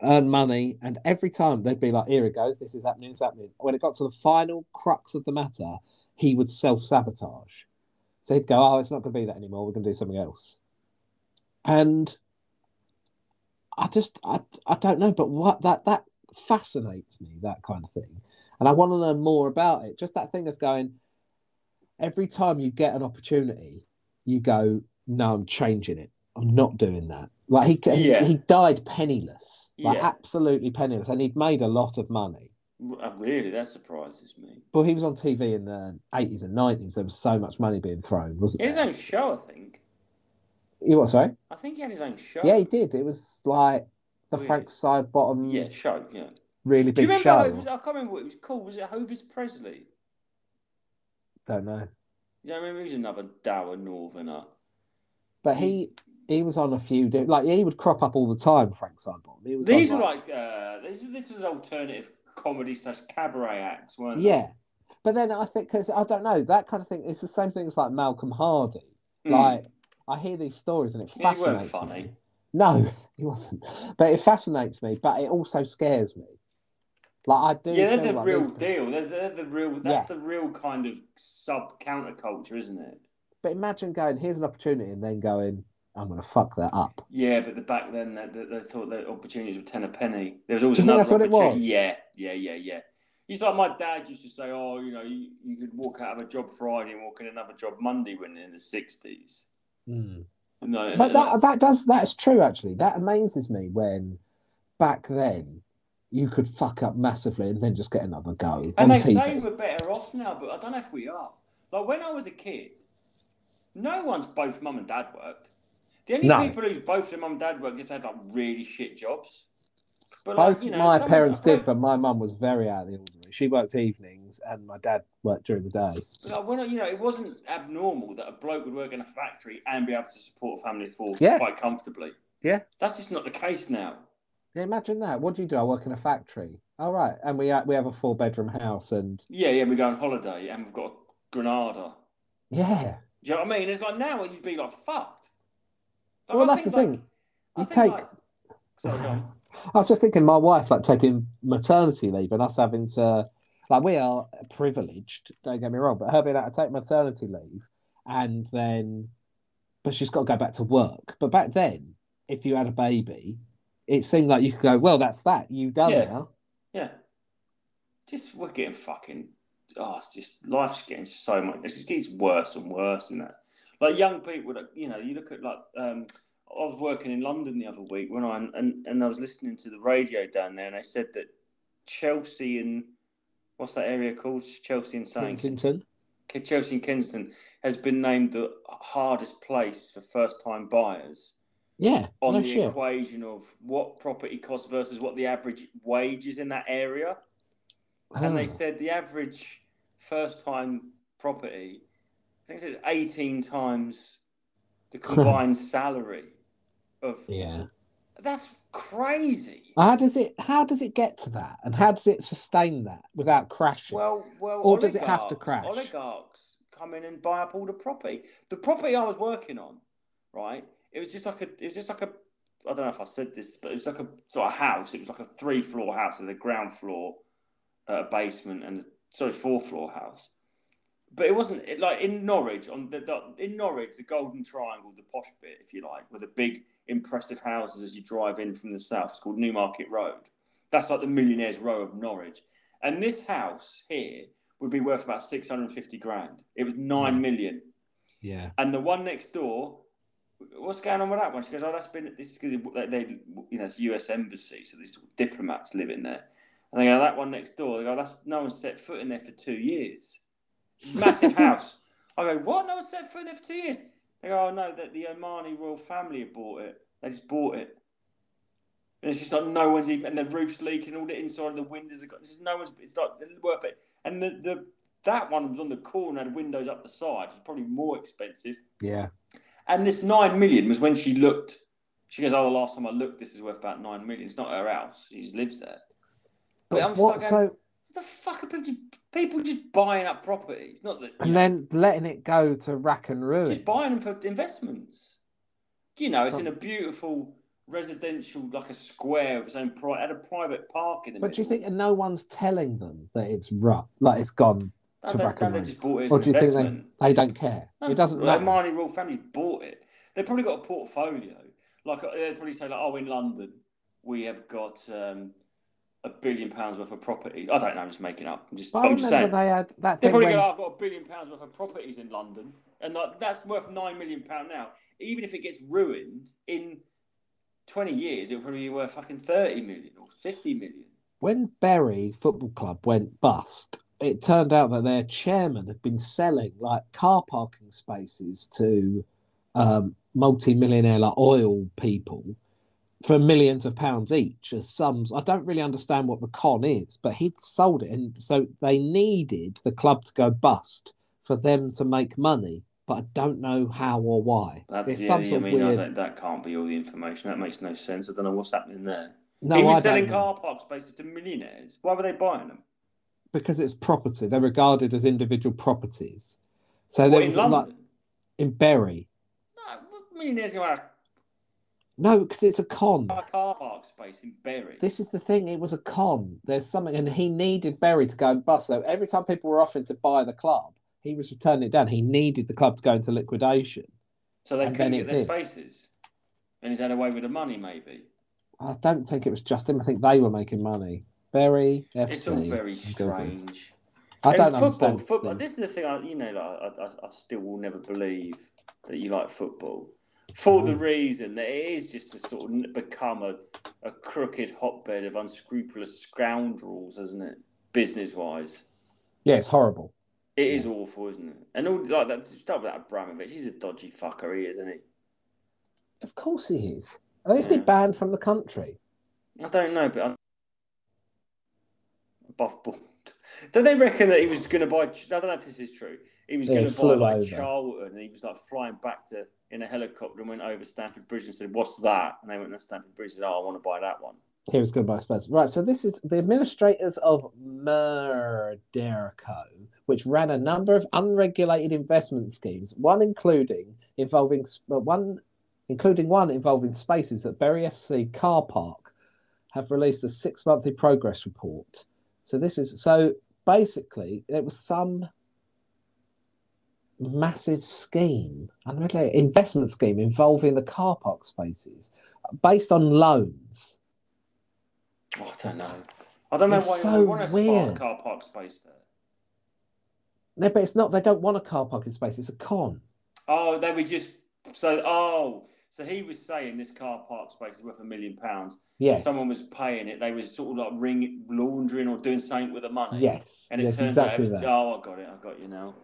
Speaker 1: earn money. And every time they'd be like, here it goes, this is happening, it's happening. When it got to the final crux of the matter, he would self sabotage. So he'd go, oh, it's not going to be that anymore. We're going to do something else. And I just, I, I don't know, but what that, that fascinates me, that kind of thing. And I want to learn more about it. Just that thing of going, every time you get an opportunity, you go, no, I'm changing it. I'm not doing that. Like he he-
Speaker 2: Yeah.
Speaker 1: he died penniless, like
Speaker 2: Yeah.
Speaker 1: absolutely penniless, and he'd made a lot of money.
Speaker 2: Uh, Really, that surprises me.
Speaker 1: But he was on TV in the eighties and nineties. There was so much money being thrown, wasn't
Speaker 2: He had his
Speaker 1: there?
Speaker 2: own show, I think.
Speaker 1: You what? Sorry.
Speaker 2: I think he had his own show.
Speaker 1: Yeah, he did. It was like the
Speaker 2: Weird.
Speaker 1: Frank Sidebottom,
Speaker 2: Yeah, show. Yeah.
Speaker 1: really
Speaker 2: Do you
Speaker 1: big
Speaker 2: remember?
Speaker 1: show.
Speaker 2: how It was, I can't remember what it was called. Was it Hovis Presley?
Speaker 1: Don't know.
Speaker 2: You don't remember? He was another dour northerner.
Speaker 1: But he he was on a few. di- Like he would crop up all the time. Frank Sidebottom. He was on,
Speaker 2: These were like uh, this. This was alternative comedy slash cabaret acts, weren't
Speaker 1: yeah. But then I think because I don't know that kind of thing. It's the same thing as like Malcolm Hardy.
Speaker 2: they? Mm.
Speaker 1: Like I hear these stories and it
Speaker 2: Yeah, he weren't
Speaker 1: fascinates
Speaker 2: funny.
Speaker 1: me. No, <laughs> he wasn't. But it fascinates me, but it also scares me. Like I do.
Speaker 2: yeah, they're
Speaker 1: feel
Speaker 2: the
Speaker 1: like
Speaker 2: real
Speaker 1: these people-
Speaker 2: deal. They're, they're the real. That's the real kind of sub counterculture, isn't it?
Speaker 1: But imagine going, here's an opportunity, and then going, I'm gonna fuck that up.
Speaker 2: Yeah, but the back then they, they, they thought that opportunities were ten a penny. There was always
Speaker 1: Do you think
Speaker 2: another
Speaker 1: that's what it
Speaker 2: opportunity.
Speaker 1: was?
Speaker 2: Yeah, yeah, yeah, yeah. It's like my dad used to say, "Oh, you know, you, you could walk out of a job Friday and walk in another job Monday." When in the sixties, no,
Speaker 1: But that that does that's true actually. That amazes me when back then you could fuck up massively and then just get another go
Speaker 2: And
Speaker 1: on
Speaker 2: they
Speaker 1: TV.
Speaker 2: say we're better off now, but I don't know if we are. Like when I was a kid, no one's both mum and dad worked. The only
Speaker 1: No.
Speaker 2: people who's both their mum and dad worked is they had like really shit jobs. But
Speaker 1: Both
Speaker 2: like, you know,
Speaker 1: my
Speaker 2: some-
Speaker 1: parents did,
Speaker 2: like,
Speaker 1: but my mum was very out of the ordinary. She worked evenings, and my dad worked during the day.
Speaker 2: Like, when I- you know, it wasn't abnormal that a bloke would work in a factory and be able to support a family of four
Speaker 1: Yeah.
Speaker 2: quite comfortably.
Speaker 1: Yeah.
Speaker 2: that's just not the case now.
Speaker 1: Yeah, imagine that. What do you do? I work in a factory. All right, and we ha- we have a four bedroom house, and
Speaker 2: Yeah, yeah, we go on holiday and we've got Granada.
Speaker 1: yeah,
Speaker 2: Do you know what I mean? It's like now you'd be like fucked. Like,
Speaker 1: Well,
Speaker 2: I
Speaker 1: that's
Speaker 2: think,
Speaker 1: the
Speaker 2: like,
Speaker 1: thing.
Speaker 2: I
Speaker 1: You
Speaker 2: think,
Speaker 1: take-
Speaker 2: Like, sorry, go on.
Speaker 1: <laughs> I was just thinking, my wife like taking maternity leave and us having to like we are privileged. Don't get me wrong, but her being able to take maternity leave and then, but she's got to go back to work. But back then, if you had a baby, it seemed like you could go, well, that's that. You done
Speaker 2: Yeah.
Speaker 1: now.
Speaker 2: Yeah. Just we're getting fucking oh, it's just life's getting so much it just gets worse and worse and that. Like young people that you know, you look at like um I was working in London the other week when I and, and I was listening to the radio down there and they said that Chelsea and what's that area called? Chelsea and something.
Speaker 1: Kensington.
Speaker 2: Chelsea and Kensington has been named the hardest place for first time buyers
Speaker 1: Yeah,
Speaker 2: on
Speaker 1: no
Speaker 2: the
Speaker 1: shit.
Speaker 2: equation of what property costs versus what the average wage is in that area and
Speaker 1: Ah.
Speaker 2: they said the average first time property, I think it's 18 times
Speaker 1: <laughs>
Speaker 2: the combined salary of.
Speaker 1: yeah. Ah,
Speaker 2: That's crazy.
Speaker 1: How does it how does it get to that and how does it sustain that without crashing?
Speaker 2: Well, well,
Speaker 1: Or does it have to
Speaker 2: oligarchs-
Speaker 1: crash?
Speaker 2: Oligarchs come in and buy up all the property. The property I was working on, right? It was just like a, it was just like a, I don't know if I said this, but it was like a sort of house. It was like a three floor house with a ground floor, uh, basement, and sorry, four floor house. But it wasn't it, like in Norwich on the, the in Norwich the Golden Triangle, the posh bit, if you like, with the big impressive houses as you drive in from the south. It's called Newmarket Road. That's like the millionaires' row of Norwich. And this house here would be worth about 650 grand. It was 9 million.
Speaker 1: yeah.
Speaker 2: And the one next door, what's going on with that one? She goes, oh, that's been, this is because they, they, you know, it's US embassy. So these diplomats live in there. And they go, that one next door, they go, that's, no one's set foot in there for two years. Massive house. I go, what? No one's set foot in there for two years. They go, oh, no, that the Omani royal family have bought it. They just bought it. And it's just like no one's even, and the roof's leaking, all the inside of the windows are got, there's no one's, it's like it's worth it. And the, the that one was on the corner, had windows up the side, it's probably more expensive.
Speaker 1: Yeah.
Speaker 2: And this nine million was when she looked, she goes, Oh, the last time I looked, this is worth about nine million. It's not her house, she just lives there. But I'm
Speaker 1: what,
Speaker 2: just like,
Speaker 1: so
Speaker 2: the fuck are people just, people just buying up properties? Not that you
Speaker 1: and
Speaker 2: know,
Speaker 1: then letting it go to rack and ruin.
Speaker 2: just buying them for investments. You know, it's in a beautiful residential, like a square of its own. Pri- had a private park in the
Speaker 1: But do you
Speaker 2: middle.
Speaker 1: think and no one's telling them that it's rough, like it's gone?
Speaker 2: No,
Speaker 1: to
Speaker 2: they,
Speaker 1: Bracken
Speaker 2: no, they
Speaker 1: Road?
Speaker 2: just bought it as
Speaker 1: Or
Speaker 2: an
Speaker 1: do you think they-
Speaker 2: investment.
Speaker 1: They don't care.
Speaker 2: No,
Speaker 1: It doesn't
Speaker 2: The
Speaker 1: matter.
Speaker 2: Marnie royal family bought it. They've probably got a portfolio. Like they'd probably say, like, oh, in London, we have got um, a billion pounds worth of properties. I don't know. I'm just making up. I'm just.
Speaker 1: But
Speaker 2: But
Speaker 1: I
Speaker 2: I'm
Speaker 1: remember
Speaker 2: just saying.
Speaker 1: they had that
Speaker 2: They
Speaker 1: thing
Speaker 2: probably
Speaker 1: when,
Speaker 2: go, oh, I've got a billion pounds worth of properties in London, and like, that's worth nine million pound now. Even if it gets ruined in twenty years, it'll probably be worth fucking thirty million or fifty million.
Speaker 1: when Bury Football Club went bust. It turned out that their chairman had been selling like car parking spaces to um, multi-millionaire like oil people for millions of pounds each as sums. I don't really understand what the con is, but he'd sold it, and so they needed the club to go bust for them to make money. But I don't know how or why.
Speaker 2: That's
Speaker 1: There's
Speaker 2: yeah,
Speaker 1: some
Speaker 2: I
Speaker 1: sort of
Speaker 2: mean, I
Speaker 1: weird.
Speaker 2: don't, that can't be all the information. That makes no sense. I don't know what's happening there.
Speaker 1: No,
Speaker 2: he
Speaker 1: I
Speaker 2: was
Speaker 1: don't
Speaker 2: selling
Speaker 1: know.
Speaker 2: car park spaces to millionaires. Why were they buying them?
Speaker 1: because it's property. They're regarded as individual properties. So
Speaker 2: What,
Speaker 1: there
Speaker 2: in
Speaker 1: was like
Speaker 2: London?
Speaker 1: in Bury.
Speaker 2: No, millionaires who have
Speaker 1: No, because it's a con.
Speaker 2: a car park space in Bury.
Speaker 1: This is the thing. It was a con. There's something, and he needed Bury to go and bust. So every time people were offering to buy the club, he was turning it down. He needed the club to go into liquidation.
Speaker 2: so they
Speaker 1: and
Speaker 2: couldn't
Speaker 1: then
Speaker 2: get
Speaker 1: it
Speaker 2: their
Speaker 1: did.
Speaker 2: spaces. And he's had away with the money, maybe.
Speaker 1: I don't think it was just him. I think they were making money. Bury FC.
Speaker 2: It's all very
Speaker 1: I'm Googling.
Speaker 2: strange.
Speaker 1: I don't
Speaker 2: and football,
Speaker 1: understand
Speaker 2: football.
Speaker 1: these.
Speaker 2: This is the thing. I, you know, like, I, I, I still will never believe that you like football for
Speaker 1: Mm.
Speaker 2: the reason that it is just to sort of n- become a, a crooked hotbed of unscrupulous scoundrels, isn't it? Business wise.
Speaker 1: Yeah, it's horrible.
Speaker 2: It is awful, isn't it? And all like that start with that Abramovich, he's a dodgy fucker, he is, isn't he?
Speaker 1: Of course he is. Isn't he
Speaker 2: Yeah.
Speaker 1: banned from the country?
Speaker 2: I don't know, but I'm above board. <laughs> Don't they reckon that he was going to buy? I don't know if this is true. He was
Speaker 1: Yeah,
Speaker 2: going
Speaker 1: he
Speaker 2: to buy
Speaker 1: flew
Speaker 2: like
Speaker 1: over.
Speaker 2: Charlton, and he was like flying back to in a helicopter and went over Stamford Bridge and said, "What's that?" And they went to Stamford Bridge and said, "Oh, I want to buy that one."
Speaker 1: He was good by Spurs. Right, so this is the administrators of Murderico, which ran a number of unregulated investment schemes, one including involving s- uh, one including one involving spaces at Bury FC Car Park, have released a six monthly progress report. So this is so basically it was some massive scheme, unregulated investment scheme involving the car park spaces, based on loans.
Speaker 2: Oh, I don't know. I don't know
Speaker 1: It's
Speaker 2: why
Speaker 1: so
Speaker 2: you want to spot a
Speaker 1: weird.
Speaker 2: car park space there.
Speaker 1: No, but it's not. They don't want a car parking space. It's a con.
Speaker 2: Oh, they were just so. Oh, so he was saying this car park space is worth a million pounds.
Speaker 1: Yes.
Speaker 2: Someone was paying it. They was sort of like ring laundering or doing something with the money.
Speaker 1: Yes.
Speaker 2: And it
Speaker 1: yes,
Speaker 2: turns out it
Speaker 1: exactly
Speaker 2: was,
Speaker 1: that.
Speaker 2: oh, I got it, I got you now.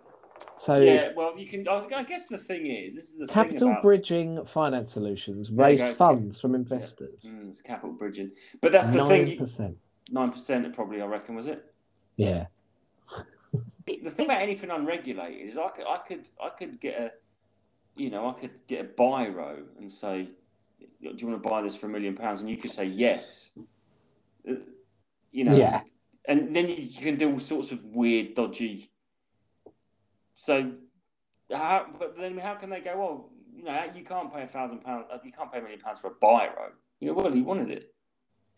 Speaker 1: So
Speaker 2: yeah, well, you can. I I guess the thing is, this is the
Speaker 1: Capital
Speaker 2: thing about
Speaker 1: Bridging Finance Solutions
Speaker 2: There you
Speaker 1: raised
Speaker 2: go.
Speaker 1: funds from investors.
Speaker 2: Mm, it's capital bridging, but that's the
Speaker 1: Nine
Speaker 2: thing.
Speaker 1: percent.
Speaker 2: Nine percent, probably, I reckon, was it?
Speaker 1: Yeah.
Speaker 2: The thing about anything unregulated is, I could, I could, I could get a, you know, I could get a biro and say, "Do you want to buy this for a million pounds?" And you could say yes. Uh, You know.
Speaker 1: Yeah.
Speaker 2: and then you, you can do all sorts of weird, dodgy. So, how, but then how can they go? Well, you know, you can't pay a thousand pounds, you can't pay a million pounds for a biro. You know, well, he wanted it.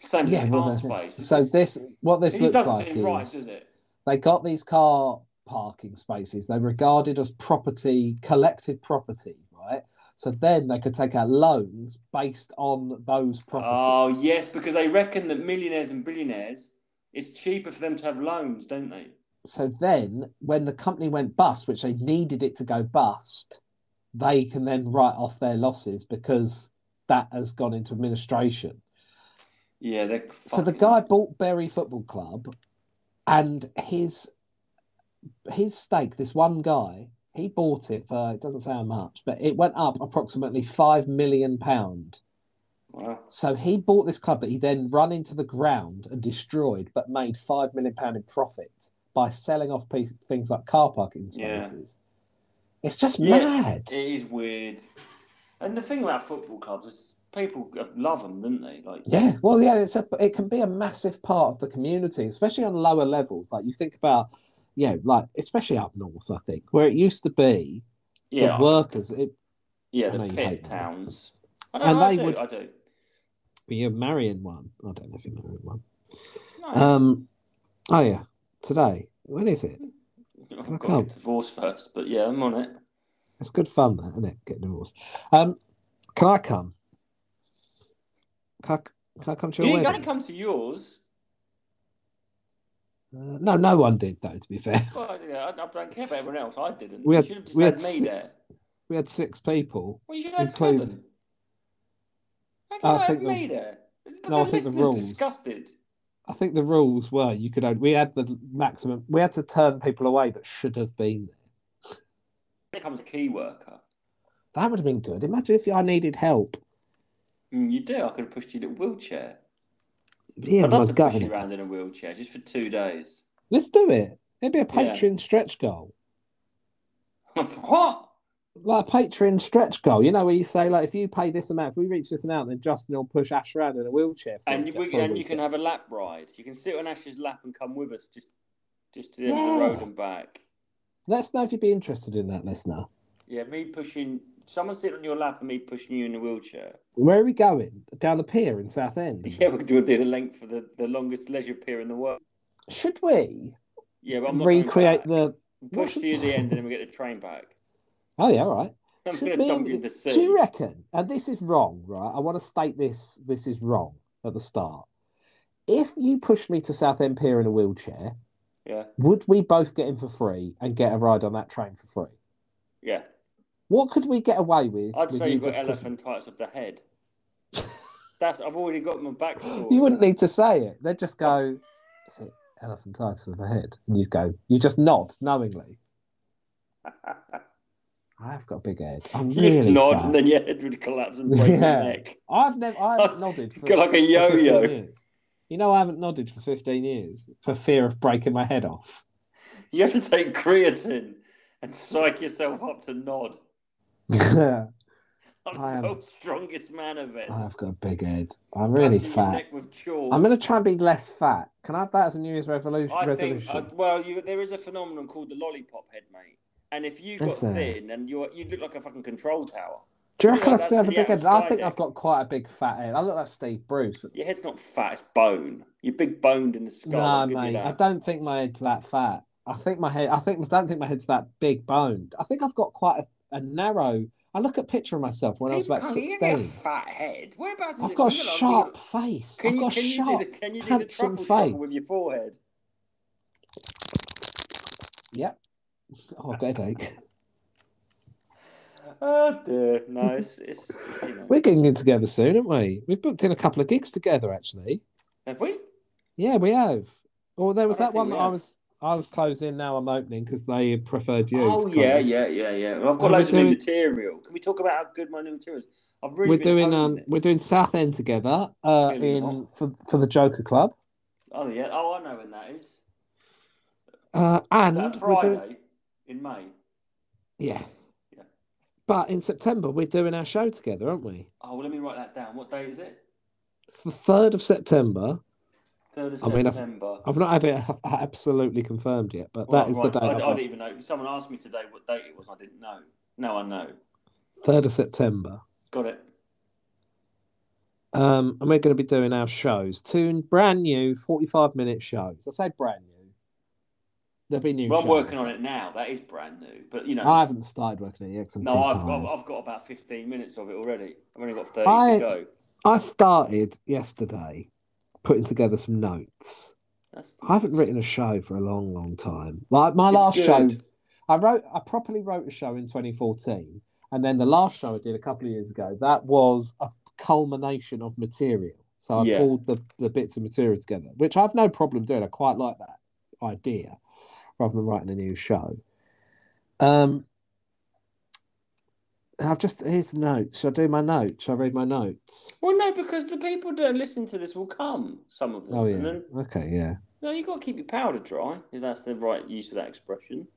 Speaker 2: Same as
Speaker 1: Yeah.
Speaker 2: the
Speaker 1: well,
Speaker 2: car
Speaker 1: that's it.
Speaker 2: space. It's
Speaker 1: so
Speaker 2: just-
Speaker 1: this, what
Speaker 2: it
Speaker 1: this
Speaker 2: just
Speaker 1: looks
Speaker 2: doesn't
Speaker 1: like
Speaker 2: seem right,
Speaker 1: is
Speaker 2: does it?
Speaker 1: they got these car parking spaces. They're regarded as property, collected property, right? So then they could take out loans based on those
Speaker 2: Oh
Speaker 1: properties.
Speaker 2: yes, because they reckon that millionaires and billionaires, it's cheaper for them to have loans, don't they?
Speaker 1: so then when the company went bust, which they needed it to go bust, they can then write off their losses because that has gone into administration.
Speaker 2: Yeah, they're.
Speaker 1: So the
Speaker 2: fucking-
Speaker 1: guy bought Bury Football Club and his his stake, this one guy, he bought it for it doesn't say how much, but it went up approximately five million pound.
Speaker 2: Wow.
Speaker 1: So he bought this club that he then run into the ground and destroyed, but made five million pound in profit by selling off piece, things like car parking
Speaker 2: Yeah.
Speaker 1: spaces. It's just
Speaker 2: Yeah.
Speaker 1: mad.
Speaker 2: It is weird. And the thing about football clubs is people love them, don't they? Like,
Speaker 1: Yeah, well, yeah, it's a, it can be a massive part of the community, especially on lower levels. Like you think about, yeah, like especially up north, I think, where it used to be
Speaker 2: yeah,
Speaker 1: the workers. It,
Speaker 2: yeah,
Speaker 1: I know
Speaker 2: the
Speaker 1: you
Speaker 2: pit
Speaker 1: hate them.
Speaker 2: towns. I
Speaker 1: And
Speaker 2: know, I
Speaker 1: they
Speaker 2: do,
Speaker 1: would-
Speaker 2: I do.
Speaker 1: you're marrying one. I don't know if you're marrying one.
Speaker 2: No,
Speaker 1: Um, oh yeah, today. When is it?
Speaker 2: I've
Speaker 1: can I
Speaker 2: got to
Speaker 1: come?
Speaker 2: get divorced first, but yeah, I'm on it.
Speaker 1: It's good fun, that, isn't it? Getting divorced. Um, can I come? Can I, can I come to
Speaker 2: You
Speaker 1: your
Speaker 2: ain't
Speaker 1: wedding?
Speaker 2: gonna come to yours.
Speaker 1: Uh, no, no one did though. To be fair, <laughs>
Speaker 2: Well, yeah, I, I don't care about everyone else. I didn't.
Speaker 1: We
Speaker 2: you
Speaker 1: had-
Speaker 2: should have just
Speaker 1: we
Speaker 2: had,
Speaker 1: had
Speaker 2: me
Speaker 1: six-
Speaker 2: there.
Speaker 1: we had six people.
Speaker 2: Well, you should have had
Speaker 1: including-
Speaker 2: seven. How
Speaker 1: I
Speaker 2: can I, have
Speaker 1: think the-
Speaker 2: me there? But
Speaker 1: No,
Speaker 2: the
Speaker 1: I think the
Speaker 2: listeners
Speaker 1: rules-
Speaker 2: disgusted.
Speaker 1: I think the rules were you could only, we had the maximum we had to turn people away that should have been there.
Speaker 2: Here comes a key worker.
Speaker 1: That would have been good. Imagine if I needed help.
Speaker 2: Mm, you do. I could have pushed you in a wheelchair.
Speaker 1: Yeah,
Speaker 2: I'd love
Speaker 1: my
Speaker 2: to
Speaker 1: gut.
Speaker 2: push you around in a wheelchair just for two days. <laughs>
Speaker 1: Let's do it. It'd be a
Speaker 2: Yeah.
Speaker 1: Patreon stretch goal.
Speaker 2: what?
Speaker 1: Like a Patreon stretch goal, you know, where you say like, if you pay this amount, if we reach this amount, then Justin will push Ash around in a wheelchair. for
Speaker 2: And
Speaker 1: a-
Speaker 2: you, we,
Speaker 1: for a
Speaker 2: and you can
Speaker 1: weekend.
Speaker 2: have a lap ride. You can sit on Ash's lap and come with us just just to the end of
Speaker 1: Yeah.
Speaker 2: the road and back.
Speaker 1: Let us know if you'd be interested in that, listener.
Speaker 2: Yeah, me pushing someone sitting on your lap and me pushing you in a wheelchair. <laughs>
Speaker 1: Where are we going? Down the pier in Southend.
Speaker 2: Yeah, we're going to do the length for the, the longest leisure pier in the world.
Speaker 1: Should we
Speaker 2: Yeah, but I'm not going
Speaker 1: recreate
Speaker 2: back.
Speaker 1: the?
Speaker 2: push to you at the end, and then we get the train back.
Speaker 1: Oh yeah, all right.
Speaker 2: <laughs> I'm
Speaker 1: Should
Speaker 2: going
Speaker 1: we-
Speaker 2: to dump you in the sea.
Speaker 1: Do you reckon? And this is wrong, right? I want to state this. This is wrong at the start. If you pushed me to Southend Pier in a wheelchair,
Speaker 2: yeah,
Speaker 1: would we both get in for free and get a ride on that train for free?
Speaker 2: yeah.
Speaker 1: What could we get away with?
Speaker 2: I'd
Speaker 1: with
Speaker 2: say
Speaker 1: you
Speaker 2: you've got
Speaker 1: just pushing-
Speaker 2: elephantitis of
Speaker 1: <laughs>
Speaker 2: the head. That's I've already got my back.
Speaker 1: You wouldn't e- need to say it. They'd just go, "Is it elephantitis of the head?" And you'd go, "You just nod knowingly." I have got a big head. I'm
Speaker 2: <laughs> You'd
Speaker 1: really
Speaker 2: nod,
Speaker 1: fat.
Speaker 2: and then your head would collapse and break
Speaker 1: Yeah.
Speaker 2: your neck.
Speaker 1: I've never. I haven't
Speaker 2: That's- <laughs>
Speaker 1: nodded.
Speaker 2: Go like a
Speaker 1: for 15
Speaker 2: yo-yo.
Speaker 1: years. You know, I haven't nodded for 15 years for fear of breaking my head
Speaker 2: <laughs>
Speaker 1: off.
Speaker 2: You have to take creatine and psych yourself up to nod.
Speaker 1: I've
Speaker 2: I'm
Speaker 1: I am-
Speaker 2: the world's strongest man of it.
Speaker 1: got a big head. I'm really
Speaker 2: Bashing Your
Speaker 1: fat.
Speaker 2: neck with chalk.
Speaker 1: I'm going to try and be less fat. Can I have that as a New Year's revolution,
Speaker 2: I
Speaker 1: resolution?
Speaker 2: think, uh, well, you, there is a phenomenon called the lollipop head, mate. And if you got
Speaker 1: Is there?
Speaker 2: thin and you you look like a fucking control tower,
Speaker 1: Do you reckon
Speaker 2: yeah,
Speaker 1: I've still
Speaker 2: that's-
Speaker 1: have a
Speaker 2: yeah,
Speaker 1: big head?
Speaker 2: it's
Speaker 1: I think
Speaker 2: Skydeck.
Speaker 1: I've got quite a big fat head. I look like Steve Bruce.
Speaker 2: your head's not fat, it's bone. You're big boned in the skull. I'll
Speaker 1: No,
Speaker 2: give you
Speaker 1: mate, I
Speaker 2: that.
Speaker 1: don't think my head's that fat. I think my head. I think I don't think my head's that big boned. I think I've got quite a, a narrow. I look at a picture of myself when I was
Speaker 2: People
Speaker 1: about
Speaker 2: can't- you get a
Speaker 1: sixteen.
Speaker 2: fat head. Whereabouts is
Speaker 1: I've
Speaker 2: it?
Speaker 1: got a
Speaker 2: You look like-
Speaker 1: sharp face.
Speaker 2: Can
Speaker 1: I've
Speaker 2: you,
Speaker 1: got a
Speaker 2: can you
Speaker 1: sharp.
Speaker 2: do the, can you do the
Speaker 1: handsome
Speaker 2: truffle shuffle
Speaker 1: face.
Speaker 2: with your forehead?
Speaker 1: Yep. Oh, I've got a headache.
Speaker 2: Oh dear, no, it's, it's you know.
Speaker 1: We're getting in together soon, aren't we? We've booked in a couple of gigs together, actually.
Speaker 2: Have we?
Speaker 1: Yeah, we have. Well, there was
Speaker 2: I don't
Speaker 1: that one
Speaker 2: think
Speaker 1: that
Speaker 2: we
Speaker 1: I
Speaker 2: have.
Speaker 1: was I was closing. Now I'm opening because they preferred you.
Speaker 2: oh
Speaker 1: to
Speaker 2: yeah,
Speaker 1: close.
Speaker 2: yeah, yeah, yeah. Well, I've
Speaker 1: Well,
Speaker 2: got loads
Speaker 1: we're
Speaker 2: of new
Speaker 1: doing-
Speaker 2: material. Can we talk about how good my new material is? I've really
Speaker 1: We're
Speaker 2: been
Speaker 1: doing
Speaker 2: owning
Speaker 1: um
Speaker 2: it.
Speaker 1: we're doing Southend together uh
Speaker 2: Really
Speaker 1: in
Speaker 2: not.
Speaker 1: for for the Joker Club.
Speaker 2: Oh yeah. Oh, I know when that is. Is
Speaker 1: Uh, and
Speaker 2: that
Speaker 1: we're
Speaker 2: Friday
Speaker 1: doing
Speaker 2: in May.
Speaker 1: yeah.
Speaker 2: Yeah.
Speaker 1: But in September we're doing our show together, aren't we?
Speaker 2: Oh, well, let me write that down. What day is it?
Speaker 1: The third of September.
Speaker 2: Third of
Speaker 1: I mean, I've-
Speaker 2: September.
Speaker 1: I've not had it absolutely confirmed yet, but
Speaker 2: Well,
Speaker 1: that is
Speaker 2: right,
Speaker 1: the
Speaker 2: I,
Speaker 1: date.
Speaker 2: I
Speaker 1: I've
Speaker 2: don't
Speaker 1: asked.
Speaker 2: even know. Someone asked me today what date it was. I didn't know. No, I know.
Speaker 1: Third of September.
Speaker 2: Got it.
Speaker 1: Um, and we're going to be doing our shows, two brand new 45 minute shows. I say brand new. There'll be new
Speaker 2: Well, I'm
Speaker 1: shows.
Speaker 2: working on it now. That is brand new. But you know,
Speaker 1: I haven't started working on it yet 'cause I'm
Speaker 2: no,
Speaker 1: too
Speaker 2: I've,
Speaker 1: tired.
Speaker 2: I've I've got about 15 minutes of it already. I've only got 30
Speaker 1: I-
Speaker 2: to go.
Speaker 1: I started yesterday putting together some notes.
Speaker 2: That's
Speaker 1: I haven't written a show for a long, long time. Like my
Speaker 2: It's
Speaker 1: last show,
Speaker 2: good.
Speaker 1: I wrote, I properly wrote a show in 2014, and then the last show I did a couple of years ago, that was a culmination of material. So I
Speaker 2: Yeah.
Speaker 1: pulled the the bits of material together, which I've no problem doing. I quite like that idea, rather than writing a new show. Um, I've just here's the notes. Shall I do my notes? Shall I read my notes?
Speaker 2: Well, no, because the people that listen to this will come. Some of them.
Speaker 1: Oh
Speaker 2: And
Speaker 1: yeah.
Speaker 2: then,
Speaker 1: Okay, yeah.
Speaker 2: no, you got to keep your powder dry. If that's the right use of that expression.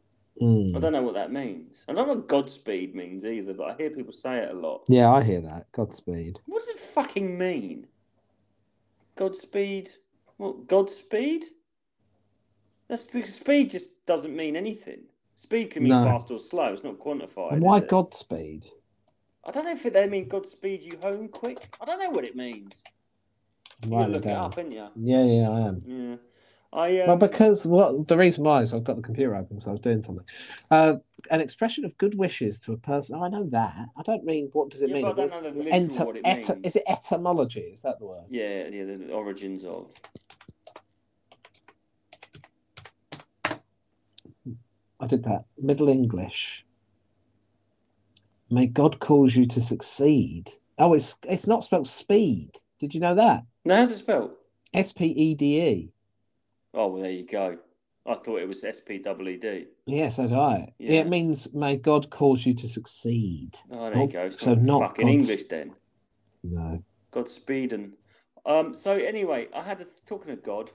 Speaker 1: Mm.
Speaker 2: I don't know what that means. I don't know what Godspeed means either, but I hear people say it a lot.
Speaker 1: Yeah, I hear that. Godspeed.
Speaker 2: What does it fucking mean? Godspeed? What? Godspeed? That's because speed just doesn't mean anything. Speed can mean
Speaker 1: No.
Speaker 2: fast or slow. It's not quantified.
Speaker 1: And why
Speaker 2: is it?
Speaker 1: Godspeed?
Speaker 2: I don't know if they mean Godspeed you home quick. I don't know what it means.
Speaker 1: I'm
Speaker 2: You gotta
Speaker 1: writing
Speaker 2: look it
Speaker 1: down.
Speaker 2: up, ain't you?
Speaker 1: Yeah, yeah, I am.
Speaker 2: Yeah. I um,
Speaker 1: Well, because well, the reason why is I've got the computer open, so I was doing something. Uh, an expression of good wishes to a person. Oh, I know that. I don't mean what does it
Speaker 2: yeah,
Speaker 1: mean.
Speaker 2: but I don't know the literal
Speaker 1: Ento-
Speaker 2: what it means.
Speaker 1: eto- is it etymology? Is that the word?
Speaker 2: Yeah, yeah, the origins of.
Speaker 1: I did that. Middle English. May God cause you to succeed. Oh, it's it's not spelled speed. Did you know that?
Speaker 2: Now, how's it spelled?
Speaker 1: S P E D E.
Speaker 2: Oh, well, there you go. I thought it was S P W E D.
Speaker 1: Yeah, so did I.
Speaker 2: Yeah.
Speaker 1: It means may God cause you to succeed.
Speaker 2: Oh, there
Speaker 1: Oh,
Speaker 2: you go. It's
Speaker 1: so
Speaker 2: not,
Speaker 1: not
Speaker 2: fucking
Speaker 1: God's-
Speaker 2: English then.
Speaker 1: No.
Speaker 2: Godspeed and. Um, so, anyway, I had a. Talking of God,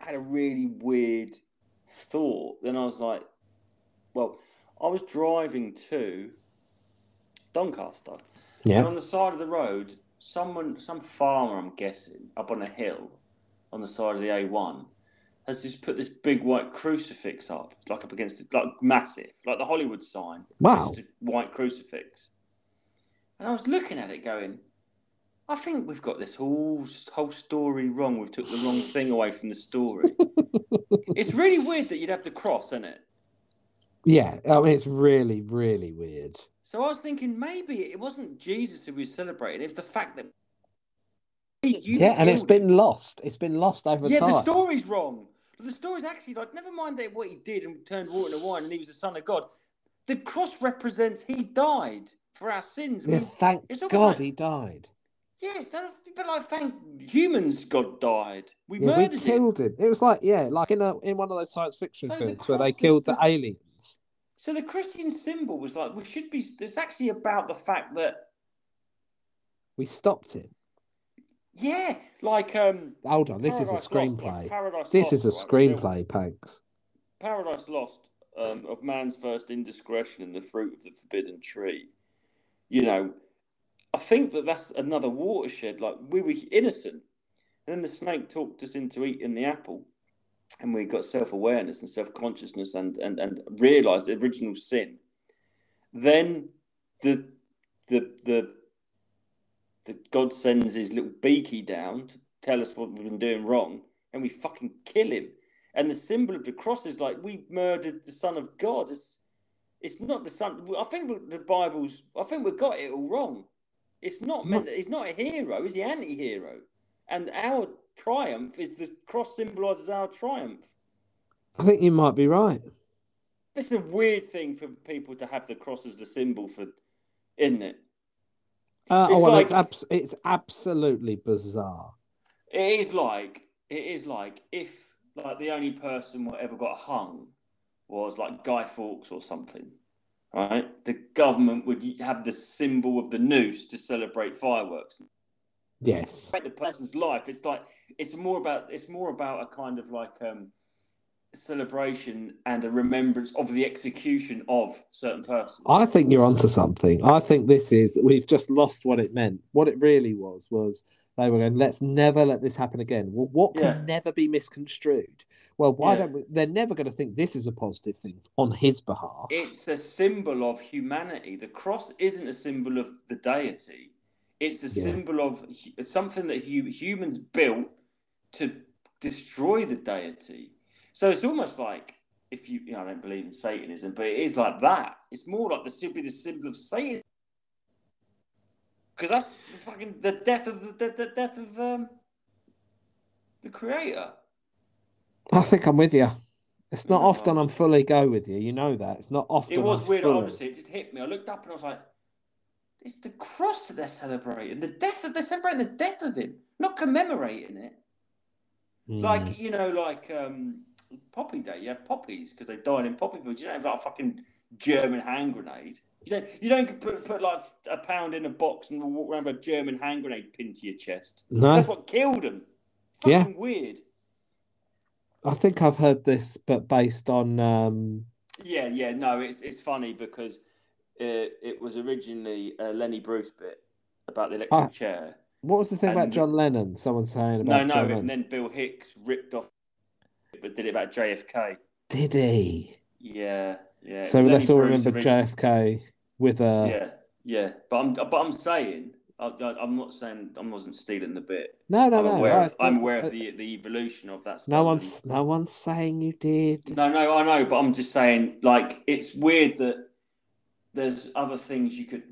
Speaker 2: I had a really weird thought. Then I was like, well, I was driving to Doncaster. And
Speaker 1: Yeah.
Speaker 2: on the side of the road, someone, some farmer, I'm guessing, up on a hill on the side of the A1, has just put this big white crucifix up, like up against it, like massive, like the Hollywood sign.
Speaker 1: Wow.
Speaker 2: It's just a white crucifix. And I was looking at it going, I think we've got this whole whole story wrong. We've took the
Speaker 1: <laughs>
Speaker 2: wrong thing away from the story. it's really weird that you'd have to cross, isn't it?
Speaker 1: Yeah. I mean, it's really, really weird.
Speaker 2: So I was thinking maybe it wasn't Jesus who we celebrated. It was the fact that you
Speaker 1: yeah, and it's been lost. It's been lost over
Speaker 2: yeah,
Speaker 1: time.
Speaker 2: the story's wrong. The story's actually like never mind that what he did and turned water into wine and he was the son of God. The cross represents he died for our sins.
Speaker 1: Yeah,
Speaker 2: Means,
Speaker 1: thank
Speaker 2: it's almost
Speaker 1: God
Speaker 2: like-
Speaker 1: he died.
Speaker 2: yeah, that- but like thank humans, God died. We
Speaker 1: Yeah, we
Speaker 2: murdered him.
Speaker 1: killed him. It was like yeah, like in a in one of those science fiction
Speaker 2: So the
Speaker 1: films where
Speaker 2: cross-
Speaker 1: they
Speaker 2: this-
Speaker 1: killed the
Speaker 2: this-
Speaker 1: aliens.
Speaker 2: So the Christian symbol was like we should be. It's actually about the fact that
Speaker 1: We stopped him.
Speaker 2: yeah, like um.
Speaker 1: Hold on, this is
Speaker 2: Paradise
Speaker 1: a
Speaker 2: Lost, like
Speaker 1: screenplay.
Speaker 2: Paradise
Speaker 1: this is a
Speaker 2: Lost, right?
Speaker 1: screenplay, Panks.
Speaker 2: Paradise Lost um, of man's first indiscretion and the fruit of the forbidden tree. You know, I think that that's another watershed. Like we were innocent, and then the snake talked us into eating the apple, and we got self awareness and self consciousness and and and realised the original sin. Then the the the the God sends his little beaky down to tell us what we've been doing wrong, and we fucking kill him. And the symbol of the cross is like we murdered the Son of God. It's it's not the Son. I think the Bible's. I think we've got it all wrong. It's not meant. He's not a hero. He's the anti-hero. And our triumph is the cross symbolises our triumph.
Speaker 1: I think you might be right.
Speaker 2: It's a weird thing for people to have the cross as the symbol for, isn't it?
Speaker 1: Uh,
Speaker 2: It's
Speaker 1: oh, well,
Speaker 2: like-
Speaker 1: it's, abs- it's absolutely bizarre.
Speaker 2: It is like it is like if like the only person what ever got hung was like Guy Fawkes or something, right? The government would have the symbol of the noose to celebrate fireworks.
Speaker 1: Yes.
Speaker 2: Celebrate the person's life. It's like it's more about it's more about a kind of like um celebration and a remembrance of the execution of certain person.
Speaker 1: I think you're onto something. I think this is we've just lost what it meant. What it really was was they were going, let's never let this happen again. Well, what can
Speaker 2: Yeah.
Speaker 1: never be misconstrued? Well, why
Speaker 2: Yeah.
Speaker 1: don't we? They're never going to think this is a positive thing on his behalf.
Speaker 2: It's a symbol of humanity. The cross isn't a symbol of the deity. It's a
Speaker 1: Yeah.
Speaker 2: symbol of hu- something that hu- humans built to destroy the deity. So it's almost like if you, you know, I don't believe in Satanism, but it is like that. It's more like the simply the symbol of Satan, because that's the fucking the death of the, the, the death of um, the creator.
Speaker 1: I think I'm with you. It's not
Speaker 2: No.
Speaker 1: often I'm fully go with you. You know that. It's not often.
Speaker 2: It was
Speaker 1: I'm
Speaker 2: weird,
Speaker 1: fully-
Speaker 2: honestly. It just hit me. I looked up and I was like, it's the cross that they're celebrating, the death of, they're celebrating the death of him, not commemorating it.
Speaker 1: Mm.
Speaker 2: Like, you know, like um, Poppy Day, you have poppies because they died in poppy fields. You don't have like a fucking German hand grenade. You don't, you don't put, put like a pound in a box and walk around with a German hand grenade pinned to your chest.
Speaker 1: No.
Speaker 2: That's what killed him.
Speaker 1: Yeah.
Speaker 2: Fucking weird.
Speaker 1: I think I've heard this, but based on um,
Speaker 2: Yeah, yeah, no, it's it's funny because it, it was originally a Lenny Bruce bit about the electric
Speaker 1: Ah.
Speaker 2: chair.
Speaker 1: What was the thing about
Speaker 2: And-
Speaker 1: John Lennon? Someone saying about
Speaker 2: No, no,
Speaker 1: John
Speaker 2: and
Speaker 1: Lennon.
Speaker 2: then Bill Hicks ripped off, but did it about JFK.
Speaker 1: Did he?
Speaker 2: Yeah, yeah.
Speaker 1: so
Speaker 2: it was
Speaker 1: let's all
Speaker 2: Lenny Bruce
Speaker 1: remember
Speaker 2: originally.
Speaker 1: JFK with a.
Speaker 2: Yeah, yeah, but I'm but I'm saying I, I, am not saying I wasn't stealing the bit.
Speaker 1: No, no,
Speaker 2: I'm
Speaker 1: no.
Speaker 2: aware
Speaker 1: I-
Speaker 2: of, I'm aware
Speaker 1: I-
Speaker 2: of the the evolution of that.
Speaker 1: No
Speaker 2: stolen-
Speaker 1: one's, no one's saying you did.
Speaker 2: No, no, I know, but I'm just saying, like, it's weird that there's other things you could.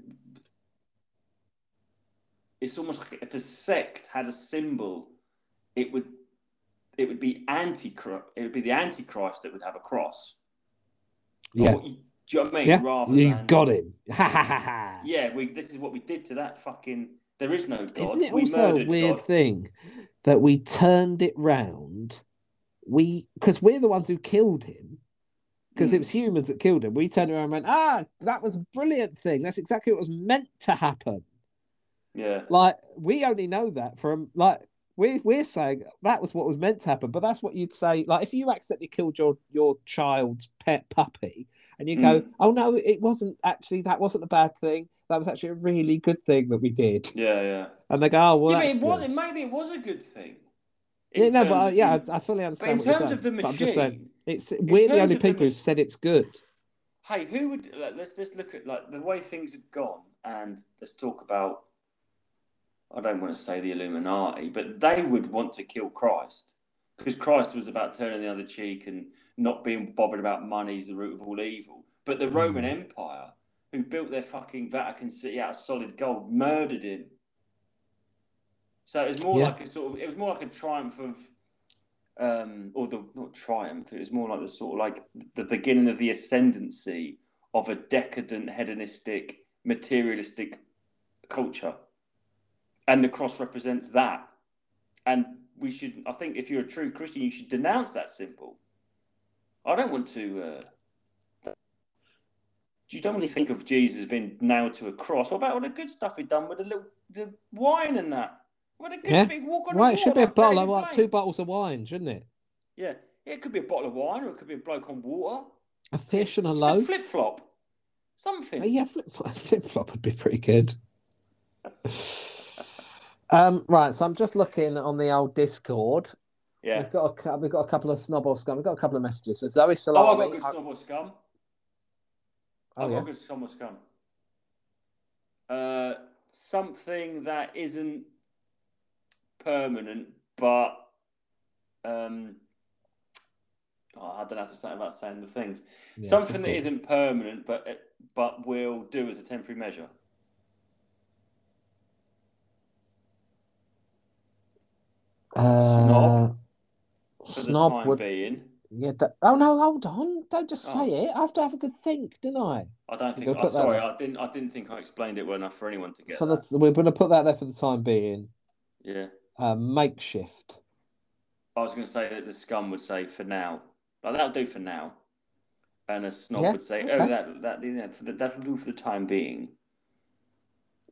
Speaker 2: It's almost like if a sect had a symbol, it would, it would be anti. It would be the antichrist that would have a cross. Or
Speaker 1: Yeah.
Speaker 2: what you- do you know what I mean?
Speaker 1: Yeah.
Speaker 2: Rather
Speaker 1: You
Speaker 2: than,
Speaker 1: got him. <laughs> Ha ha ha ha.
Speaker 2: Yeah, we. This is what we did to that fucking. There is no god.
Speaker 1: Isn't it
Speaker 2: we
Speaker 1: also a
Speaker 2: murdered
Speaker 1: weird
Speaker 2: God.
Speaker 1: thing that we turned it round? We because we're the ones who killed him. Because
Speaker 2: Mm.
Speaker 1: it was humans that killed him. We turned around and went, ah, that was a brilliant thing. That's exactly what was meant to happen.
Speaker 2: Mm. Yeah.
Speaker 1: Like we only know that from like we we're saying that was what was meant to happen, but that's what you'd say. Like if you accidentally killed your your child's pet puppy, and you
Speaker 2: Mm.
Speaker 1: go, "Oh no, it wasn't actually. That wasn't a bad thing. That was actually a really good thing that we did."
Speaker 2: Yeah. Yeah.
Speaker 1: And they go, "Oh well,
Speaker 2: yeah, but
Speaker 1: that's
Speaker 2: it was.
Speaker 1: good."
Speaker 2: It, maybe it was a good thing. in
Speaker 1: Yeah, no, but
Speaker 2: terms
Speaker 1: I,
Speaker 2: of
Speaker 1: yeah,
Speaker 2: you-
Speaker 1: I, I fully
Speaker 2: but
Speaker 1: understand.
Speaker 2: in
Speaker 1: what you're
Speaker 2: terms
Speaker 1: saying,
Speaker 2: of the
Speaker 1: but I'm just saying,
Speaker 2: machine,
Speaker 1: it's we're
Speaker 2: terms
Speaker 1: the only
Speaker 2: of the
Speaker 1: people who
Speaker 2: mach-
Speaker 1: said it's good.
Speaker 2: hey, who would like, let's let's look at like the way things have gone, and let's talk about. I don't want to say the Illuminati, but they would want to kill Christ because Christ was about turning the other cheek and not being bothered about money is the root of all evil. But the Roman
Speaker 1: Mm.
Speaker 2: Empire, who built their fucking Vatican City out of solid gold, murdered him. So it was more
Speaker 1: Yeah.
Speaker 2: like a sort of it was more like a triumph of um or the not triumph, it was more like the sort of like the beginning of the ascendancy of a decadent hedonistic materialistic culture. And the cross represents that. And we should I think if you're a true Christian you should denounce that symbol. I don't want to uh you don't really think of Jesus being nailed to a cross. What about all the good stuff he done with the little the wine and that? What a good
Speaker 1: Yeah.
Speaker 2: big walk on the
Speaker 1: Right, it should be a
Speaker 2: water,
Speaker 1: bottle of
Speaker 2: playing
Speaker 1: like
Speaker 2: plane.
Speaker 1: two bottles of wine, shouldn't it?
Speaker 2: Yeah, it could be a bottle of wine, or it could be a bloke on water.
Speaker 1: A fish
Speaker 2: It's
Speaker 1: and a
Speaker 2: just
Speaker 1: loaf.
Speaker 2: flip flop, something.
Speaker 1: Uh, Yeah, flip <laughs> flip flop would be pretty good. um, right, so I'm just looking on the old Discord.
Speaker 2: Yeah.
Speaker 1: We've got a, cou- we've got a couple of snob or scum. We've got a couple of messages. So Zoe
Speaker 2: Oh, I've
Speaker 1: Salami.
Speaker 2: got a good snob or scum.
Speaker 1: oh,
Speaker 2: I've
Speaker 1: yeah.
Speaker 2: got a good snob or scum. Uh, something that isn't permanent, but um, oh, I don't know how to say about saying the things.
Speaker 1: Yeah,
Speaker 2: something that
Speaker 1: simple.
Speaker 2: isn't permanent, but uh, but will do as a temporary measure. snob
Speaker 1: Uh,
Speaker 2: For the
Speaker 1: Snob
Speaker 2: time
Speaker 1: would.
Speaker 2: being,
Speaker 1: Yeah, that... Oh no, hold on! Don't just
Speaker 2: Oh.
Speaker 1: say it. I have to have a good think, don't I?
Speaker 2: I don't
Speaker 1: You
Speaker 2: think.
Speaker 1: gotta
Speaker 2: I,
Speaker 1: put that
Speaker 2: sorry,
Speaker 1: there.
Speaker 2: I didn't. I didn't think I explained it well enough for anyone to get.
Speaker 1: For
Speaker 2: that.
Speaker 1: the we're going to put that there for the time being.
Speaker 2: Yeah,
Speaker 1: Uh, makeshift.
Speaker 2: I was going to say that the scum would say for now, like that'll do for now, and a snob
Speaker 1: Yeah,
Speaker 2: would say,
Speaker 1: okay.
Speaker 2: "Oh, that that yeah, for the, that'll do for the time being."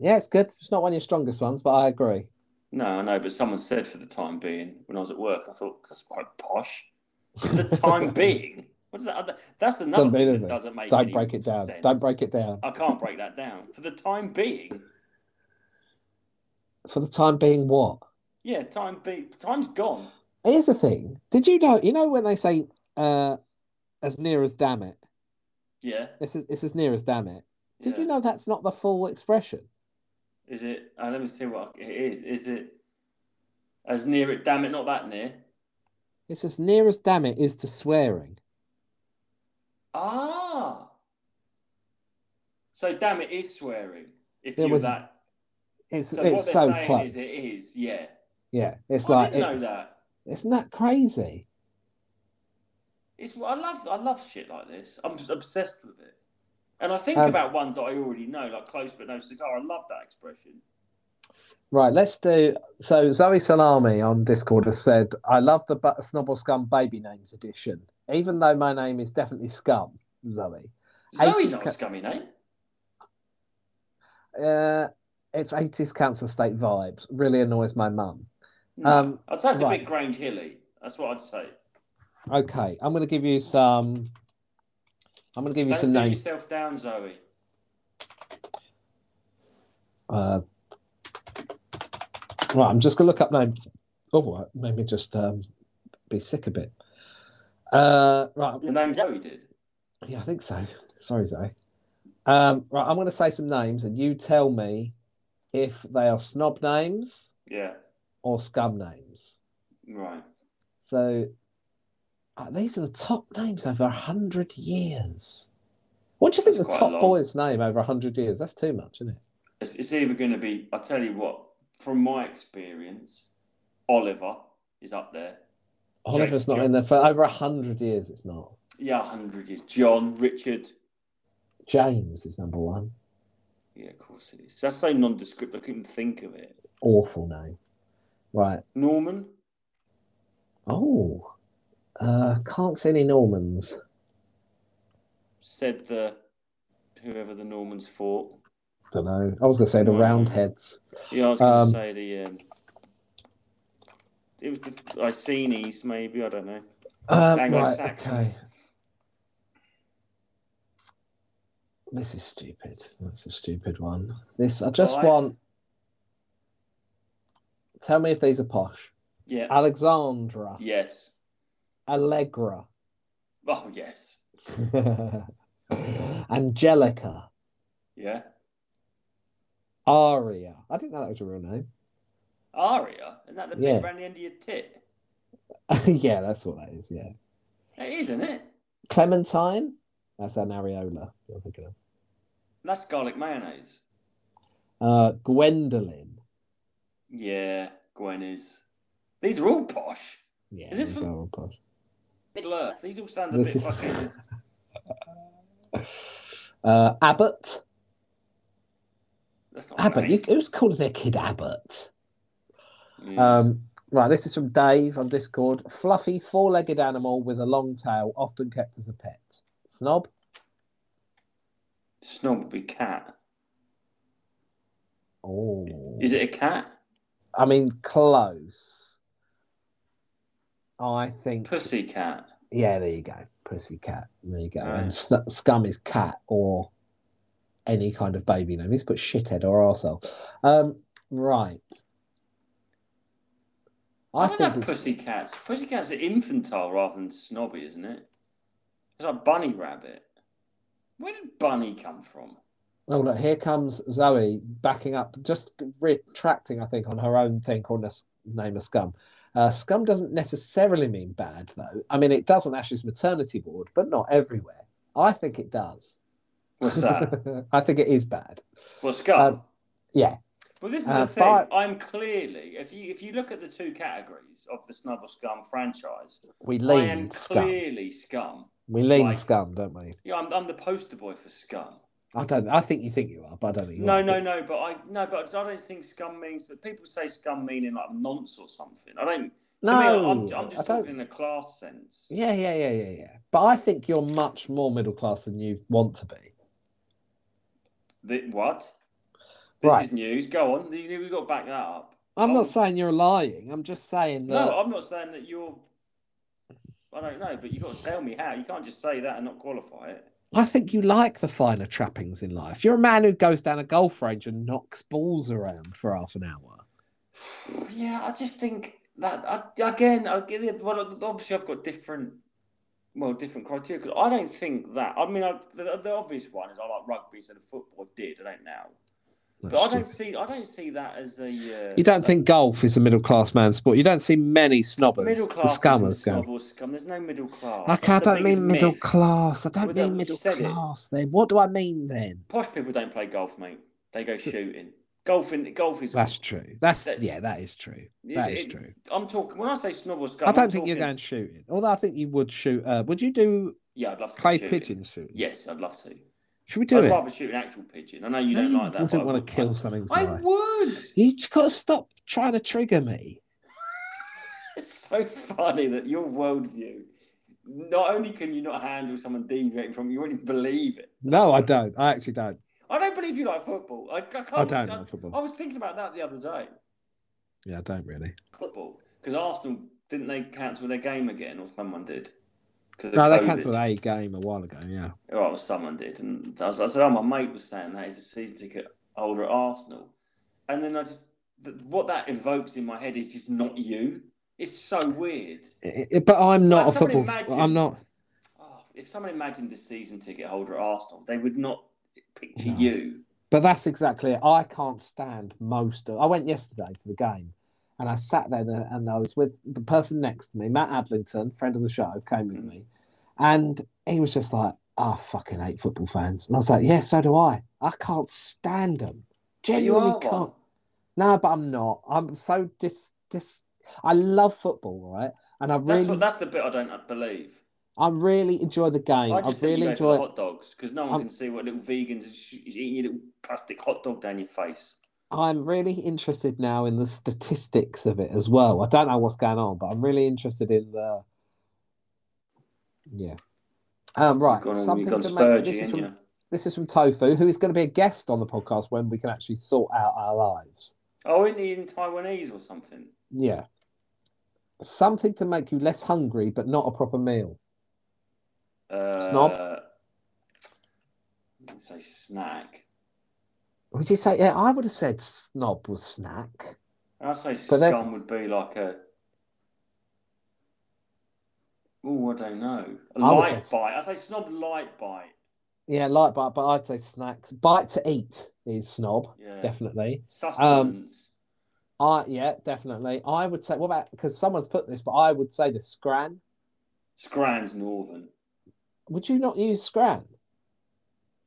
Speaker 1: Yeah, it's good. It's not one of your strongest ones, but I agree.
Speaker 2: No, I know, but someone said for the time being when I was at work. I thought that's quite posh. For the
Speaker 1: <laughs>
Speaker 2: time being, what's that? Other, that's another
Speaker 1: Doesn't mean
Speaker 2: thing that
Speaker 1: anything.
Speaker 2: doesn't make.
Speaker 1: Don't
Speaker 2: any
Speaker 1: break it down.
Speaker 2: sense.
Speaker 1: Don't break it down.
Speaker 2: I can't break that down. For the time being,
Speaker 1: For the time being, what?
Speaker 2: yeah, time be time's gone.
Speaker 1: Here's the thing. Did you know? You know when they say uh, "as near as damn it,"
Speaker 2: Yeah.
Speaker 1: it's as, it's as near as damn it. Did
Speaker 2: yeah.
Speaker 1: you know that's not the full expression?
Speaker 2: Is it? Uh, let me see what it is. Is it as near it? Damn it, not that near.
Speaker 1: It's as near as damn it is to swearing.
Speaker 2: Ah. So damn it is swearing. If
Speaker 1: It
Speaker 2: you
Speaker 1: was-
Speaker 2: that.
Speaker 1: It's
Speaker 2: So what
Speaker 1: it's
Speaker 2: they're
Speaker 1: so
Speaker 2: saying
Speaker 1: close.
Speaker 2: is it is. Yeah.
Speaker 1: Yeah, it's
Speaker 2: I
Speaker 1: like
Speaker 2: didn't know
Speaker 1: it's,
Speaker 2: that.
Speaker 1: isn't that crazy?
Speaker 2: It's I love I love shit like this. I'm just obsessed with it. And I think
Speaker 1: Um,
Speaker 2: about ones that I already know, like close but no cigar. I love that expression.
Speaker 1: Right, let's do. So Zoe Salami on Discord has said, "I love the bu- Snob or Scum baby names edition, even though my name is definitely Scum, Zoe. Eight
Speaker 2: Zoe's
Speaker 1: is
Speaker 2: not a
Speaker 1: ca-
Speaker 2: scummy name.
Speaker 1: Uh, it's eighties council estate vibes. Really annoys my mum.
Speaker 2: No.
Speaker 1: Um,
Speaker 2: I'd say it's a
Speaker 1: right.
Speaker 2: bit Grange Hilly. That's what I'd say.
Speaker 1: Okay, I'm going to give you some. I'm going to give you
Speaker 2: Don't
Speaker 1: some
Speaker 2: do
Speaker 1: names.
Speaker 2: yourself down, Zoe.
Speaker 1: Uh, right, I'm just going to look up names. Oh, it made me just um, be sick a bit. Uh, right,
Speaker 2: The name Zoe did.
Speaker 1: yeah, I think so. Sorry, Zoe. Um, right, I'm going to say some names, and you tell me if they are snob names
Speaker 2: Yeah.
Speaker 1: or scum names.
Speaker 2: Right.
Speaker 1: So uh, these are the top names over a hundred years. What do you think
Speaker 2: That's
Speaker 1: the
Speaker 2: quite
Speaker 1: top
Speaker 2: long.
Speaker 1: boy's name over a hundred years? That's too much, isn't it?
Speaker 2: It's, it's either going to be, I tell you what, from my experience, Oliver is up there.
Speaker 1: Oliver's not
Speaker 2: Jake-
Speaker 1: in there for over a hundred years. It's not.
Speaker 2: Yeah, 100 years. John, Richard.
Speaker 1: James is number one.
Speaker 2: Yeah, of course it is. That's so nondescript, I couldn't think of it.
Speaker 1: Awful name. Right.
Speaker 2: Norman?
Speaker 1: Oh, uh, can't see any Normans.
Speaker 2: said the whoever the Normans fought.
Speaker 1: Don't know. I was going to say the
Speaker 2: Right.
Speaker 1: Roundheads.
Speaker 2: Yeah, I was going to
Speaker 1: Um,
Speaker 2: say the. Um, it was the Icenies, maybe I don't know.
Speaker 1: Um, right. Okay.
Speaker 2: Anglo-Saxons.
Speaker 1: This is stupid. That's a stupid one. This I just
Speaker 2: Five.
Speaker 1: want. Tell me if these are posh.
Speaker 2: Yeah.
Speaker 1: Ah. Alexandra,
Speaker 2: yes.
Speaker 1: Allegra,
Speaker 2: Oh yes.
Speaker 1: <laughs> Angelica,
Speaker 2: Yeah.
Speaker 1: Aria. I didn't know that was a real name. <laughs>
Speaker 2: Aria, isn't that the
Speaker 1: Yeah.
Speaker 2: bit around the end of your tit?
Speaker 1: yeah, that's what that is. Yeah.
Speaker 2: It is, isn't it?
Speaker 1: Clementine. That's an areola. I'm thinking of.
Speaker 2: That's garlic mayonnaise.
Speaker 1: Uh, Gwendolyn.
Speaker 2: Yeah, Gwen is. These are all posh.
Speaker 1: Yeah.
Speaker 2: Is this
Speaker 1: these
Speaker 2: for-
Speaker 1: are all posh.
Speaker 2: Middle Earth. These all sound a
Speaker 1: This
Speaker 2: bit
Speaker 1: is-
Speaker 2: fucking.
Speaker 1: Uh, Abbott.
Speaker 2: That's not
Speaker 1: Abbott. Ah, You,
Speaker 2: right.
Speaker 1: who's calling their kid Abbott?
Speaker 2: Yeah.
Speaker 1: Um, right. This is from Dave on Discord. Fluffy four-legged animal with a long tail, often kept as a pet. Snob.
Speaker 2: Snob would be cat.
Speaker 1: Oh.
Speaker 2: Is it a cat?
Speaker 1: I mean, close. I think.
Speaker 2: Pussy cat.
Speaker 1: Yeah, there you go. Pussy cat. There you go.
Speaker 2: Right.
Speaker 1: And s- scum is cat or any kind of baby name. He's put shithead or arsehole. Um, right. I,
Speaker 2: I,
Speaker 1: think
Speaker 2: don't have
Speaker 1: it's
Speaker 2: pussycats. Pussycats are infantile rather than snobby, isn't it? It's like bunny rabbit. Where did bunny come from?
Speaker 1: oh look, here comes Zoe backing up, just retracting. I think on her own thing called a s- name of scum. Uh, scum doesn't necessarily mean bad, though. I mean, it does on Ash's maternity ward, but not everywhere. I think it does. <laughs>
Speaker 2: What's that?
Speaker 1: I think it is bad.
Speaker 2: well, scum.
Speaker 1: Um, yeah.
Speaker 2: well, this is
Speaker 1: uh,
Speaker 2: the thing.
Speaker 1: but-
Speaker 2: I'm clearly, if you if you look at the two categories of the snub or scum franchise,
Speaker 1: We
Speaker 2: I am
Speaker 1: lean scum.
Speaker 2: clearly scum.
Speaker 1: We lean
Speaker 2: like-
Speaker 1: scum, don't we?
Speaker 2: Yeah, I'm, I'm the poster boy for scum.
Speaker 1: I don't. I think you think you are, but I don't think you
Speaker 2: No,
Speaker 1: are.
Speaker 2: no, no. But I no, but I don't think scum means that people say scum meaning like nonce or something. I don't. To me,
Speaker 1: no.
Speaker 2: I'm, I'm just
Speaker 1: I don't-
Speaker 2: talking in a class sense.
Speaker 1: Yeah, yeah, yeah, yeah, yeah. But I think you're much more middle class than you want to be.
Speaker 2: The, what? This
Speaker 1: Right.
Speaker 2: is news. Go on. You- We've got to back that up.
Speaker 1: I'm
Speaker 2: Oh.
Speaker 1: not saying you're lying. I'm just saying that.
Speaker 2: No, I'm not saying that you're. I don't know, but you've got to tell me how. You can't just say that and not qualify it.
Speaker 1: I think you like the finer trappings in life. You're a man who goes down a golf range and knocks balls around for half an hour.
Speaker 2: Yeah, I just think that I, again. I get it. Well, obviously, I've got different, well, different criteria. 'cause I don't think that. I mean, I, the, the obvious one is I like rugby instead of football. I did. I don't now, but I don't see. I don't see that as a. Uh,
Speaker 1: You don't think golf is a middle class man sport? You don't see many snobbers,
Speaker 2: middle
Speaker 1: the
Speaker 2: class.
Speaker 1: scummers
Speaker 2: isn't
Speaker 1: going.
Speaker 2: snob or scum. There's no middle class.
Speaker 1: Okay, I
Speaker 2: That's the
Speaker 1: don't mean
Speaker 2: biggest
Speaker 1: middle
Speaker 2: myth.
Speaker 1: class. I don't
Speaker 2: Well,
Speaker 1: mean
Speaker 2: that-
Speaker 1: middle
Speaker 2: said it.
Speaker 1: class then. What do I mean then?
Speaker 2: Posh people don't play golf, mate. They go shooting. Golfing, golf is.
Speaker 1: That's true. That's
Speaker 2: That-
Speaker 1: yeah, that is true.
Speaker 2: Is
Speaker 1: That
Speaker 2: it-
Speaker 1: is true.
Speaker 2: I'm talking when I say snob or scum.
Speaker 1: I
Speaker 2: I'm
Speaker 1: don't think you're
Speaker 2: talking-
Speaker 1: going shooting. Although I think you would shoot uh, would you do
Speaker 2: Yeah, I'd love to.
Speaker 1: clay
Speaker 2: shoot.
Speaker 1: pigeon shooting?
Speaker 2: Yes, I'd love to.
Speaker 1: Should we do
Speaker 2: I'd
Speaker 1: it?
Speaker 2: rather shoot an actual pigeon. I know you
Speaker 1: No,
Speaker 2: don't
Speaker 1: you
Speaker 2: like that. but
Speaker 1: wouldn't
Speaker 2: I
Speaker 1: want
Speaker 2: would.
Speaker 1: to kill something.
Speaker 2: I
Speaker 1: Zoe.
Speaker 2: would. <laughs>
Speaker 1: You just gotta stop trying to trigger me.
Speaker 2: It's so funny that your worldview. Not only can you not handle someone deviating from it, you, won't even believe it.
Speaker 1: No, I don't. I actually don't.
Speaker 2: I don't believe you like football. I, I can't.
Speaker 1: I don't like football.
Speaker 2: I was thinking about that the other day.
Speaker 1: Yeah, I don't really.
Speaker 2: Football, because Arsenal didn't they cancel their game again, or someone did? 'cause of
Speaker 1: No, they
Speaker 2: COVID.
Speaker 1: cancelled a game a while ago. Yeah.
Speaker 2: Well, someone did, and I, was, I said, "Oh, my mate was saying that he's a season ticket holder at Arsenal," and then I just th- what that evokes in my head is just not you. It's so weird.
Speaker 1: I- I- but I'm not
Speaker 2: Like,
Speaker 1: a
Speaker 2: someone
Speaker 1: football. f-
Speaker 2: imagine-
Speaker 1: I'm not.
Speaker 2: Oh, if someone imagined the season ticket holder at Arsenal, they would not picture
Speaker 1: No.
Speaker 2: you.
Speaker 1: But that's exactly it. I can't stand most of. I went yesterday to the game, and I sat there the- and I was with the person next to me, Matt Adlington, friend of the show, came
Speaker 2: Mm.
Speaker 1: with me, and he was just like, "Ah, "I fucking hate football fans," and I was like, "Yeah, so do I. I can't stand them.
Speaker 2: But you
Speaker 1: Genuinely
Speaker 2: are
Speaker 1: can't."
Speaker 2: one.
Speaker 1: No, but I'm not. I'm so dis dis. I love football, right? And I
Speaker 2: That's
Speaker 1: really,
Speaker 2: what. That's the bit I don't believe.
Speaker 1: I really enjoy the game.
Speaker 2: I
Speaker 1: I,
Speaker 2: just think
Speaker 1: really
Speaker 2: you go for
Speaker 1: enjoy.
Speaker 2: the hot dogs because no one
Speaker 1: I'm-
Speaker 2: can see what little vegans are sh- eating your little plastic hot dog down your face.
Speaker 1: I'm really interested now in the statistics of it as well. I don't know what's going on, but I'm really interested in the. Yeah. Um, right.
Speaker 2: You've gone,
Speaker 1: Something
Speaker 2: you've gone
Speaker 1: to make-
Speaker 2: Spurgey,
Speaker 1: this, is
Speaker 2: ain't
Speaker 1: from,
Speaker 2: you?
Speaker 1: this is from Tofu, who is going to be a guest on the podcast when we can actually sort out our lives.
Speaker 2: Oh, isn't he in Taiwanese or something?
Speaker 1: Yeah. Something to make you less hungry, but not a proper meal.
Speaker 2: Uh,
Speaker 1: Snob?
Speaker 2: I would Say snack.
Speaker 1: Would you say? Yeah, I would have said snob was snack.
Speaker 2: I say
Speaker 1: But that's-
Speaker 2: scum would be like a. Oh, I don't know. A
Speaker 1: I would
Speaker 2: light
Speaker 1: say-
Speaker 2: bite. I say snob light bite.
Speaker 1: Yeah, like bite, but I'd say snacks. Bite to eat is snob,
Speaker 2: Yeah.
Speaker 1: definitely. Um,
Speaker 2: Sustenance.
Speaker 1: I yeah, definitely. I would say what about because someone's put this, but I would say the scran.
Speaker 2: Scran's northern.
Speaker 1: Would you not use scran?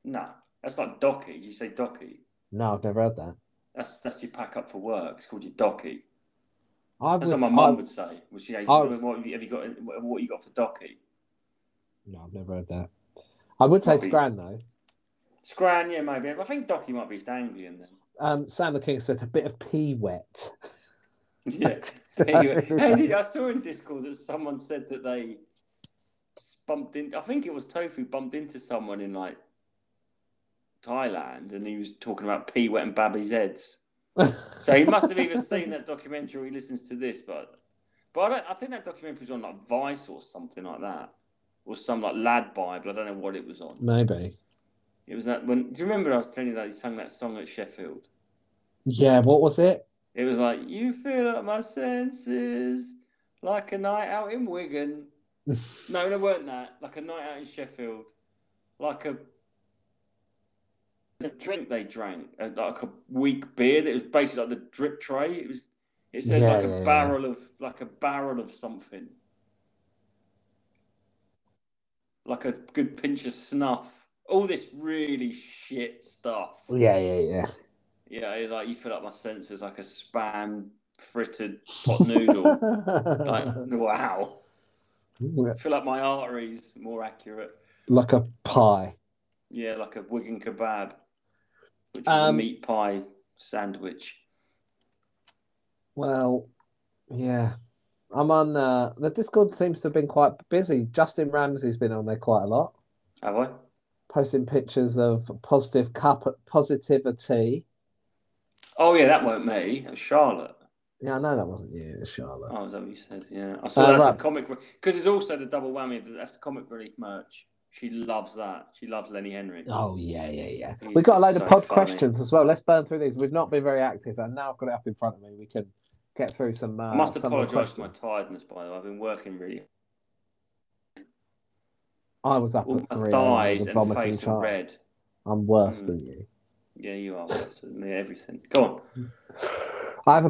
Speaker 2: Nah, that's like docky. Did you say docky?
Speaker 1: No, I've never heard that.
Speaker 2: That's that's your pack up for work. It's called your docky.
Speaker 1: I would.
Speaker 2: That's what my
Speaker 1: I-
Speaker 2: mum would say. Would she?
Speaker 1: I-
Speaker 2: what have you, have you got? What you got for docky?
Speaker 1: No, I've never heard that. I would say
Speaker 2: Might be.
Speaker 1: scran though.
Speaker 2: Scran, yeah, maybe. I think docky might be East Anglian then. <laughs>
Speaker 1: Um, Sam the King said a bit of pee wet. <laughs>
Speaker 2: Yeah.
Speaker 1: So-
Speaker 2: Anyway, hey, I saw in Discord that someone said that they bumped in. I think it was Tofu bumped into someone in like Thailand, and he was talking about pee wet and babby's heads. So he must have either seen that documentary or he listens to this. But but I, don't, I think that documentary was on like Vice or something like that, or some like Lad Bible. I don't know what it was on.
Speaker 1: <laughs> Maybe.
Speaker 2: It was that when. Do you remember I was telling you that he sang that song at Sheffield?
Speaker 1: Yeah. What was it?
Speaker 2: It was like, you fill up my senses like a night out in Wigan. no, they weren't that. Like a night out in Sheffield. Like a, a drink they drank. uh, Like a weak beer that was basically like the drip tray. It was it says
Speaker 1: Yeah,
Speaker 2: like a
Speaker 1: yeah, yeah.
Speaker 2: barrel of like a barrel of something. Like a good pinch of snuff. All this really shit stuff.
Speaker 1: Yeah, yeah, yeah.
Speaker 2: Yeah, it's like you fill up my senses like a spam frittered pot
Speaker 1: <laughs>
Speaker 2: noodle. like wow, fill up my arteries. More accurate.
Speaker 1: like a pie.
Speaker 2: Yeah, like a Wigan kebab, which is a
Speaker 1: Um,
Speaker 2: meat pie sandwich.
Speaker 1: Well, yeah. I'm on uh, the Discord seems to have been quite busy. Justin Ramsey's been on there quite a lot,
Speaker 2: Have I?
Speaker 1: posting pictures of positive cup positivity.
Speaker 2: Oh yeah, that weren't me. That was Charlotte.
Speaker 1: Yeah, I know that wasn't you, it was Charlotte.
Speaker 2: Oh, is that what you said? Yeah, I saw
Speaker 1: Uh,
Speaker 2: that's
Speaker 1: right.
Speaker 2: a comic because it's also the double whammy. of That's comic relief merch. She loves that. She loves Lenny Henry.
Speaker 1: Oh yeah, yeah, yeah.
Speaker 2: He's
Speaker 1: We've got a load of
Speaker 2: so
Speaker 1: pod
Speaker 2: funny.
Speaker 1: questions as well. Let's burn through these. We've not been very active, and now I've got it up in front of me. We can get through some. Uh,
Speaker 2: I must
Speaker 1: some of the
Speaker 2: apologise for my
Speaker 1: questions.
Speaker 2: tiredness, by the way. I've been working really.
Speaker 1: I was up
Speaker 2: All
Speaker 1: at
Speaker 2: my
Speaker 1: three.
Speaker 2: thighs
Speaker 1: a
Speaker 2: and
Speaker 1: vomiting
Speaker 2: face are
Speaker 1: child.
Speaker 2: red.
Speaker 1: I'm worse
Speaker 2: Mm.
Speaker 1: than you.
Speaker 2: Yeah, you are worse than me. Everything. Go on.
Speaker 1: I have a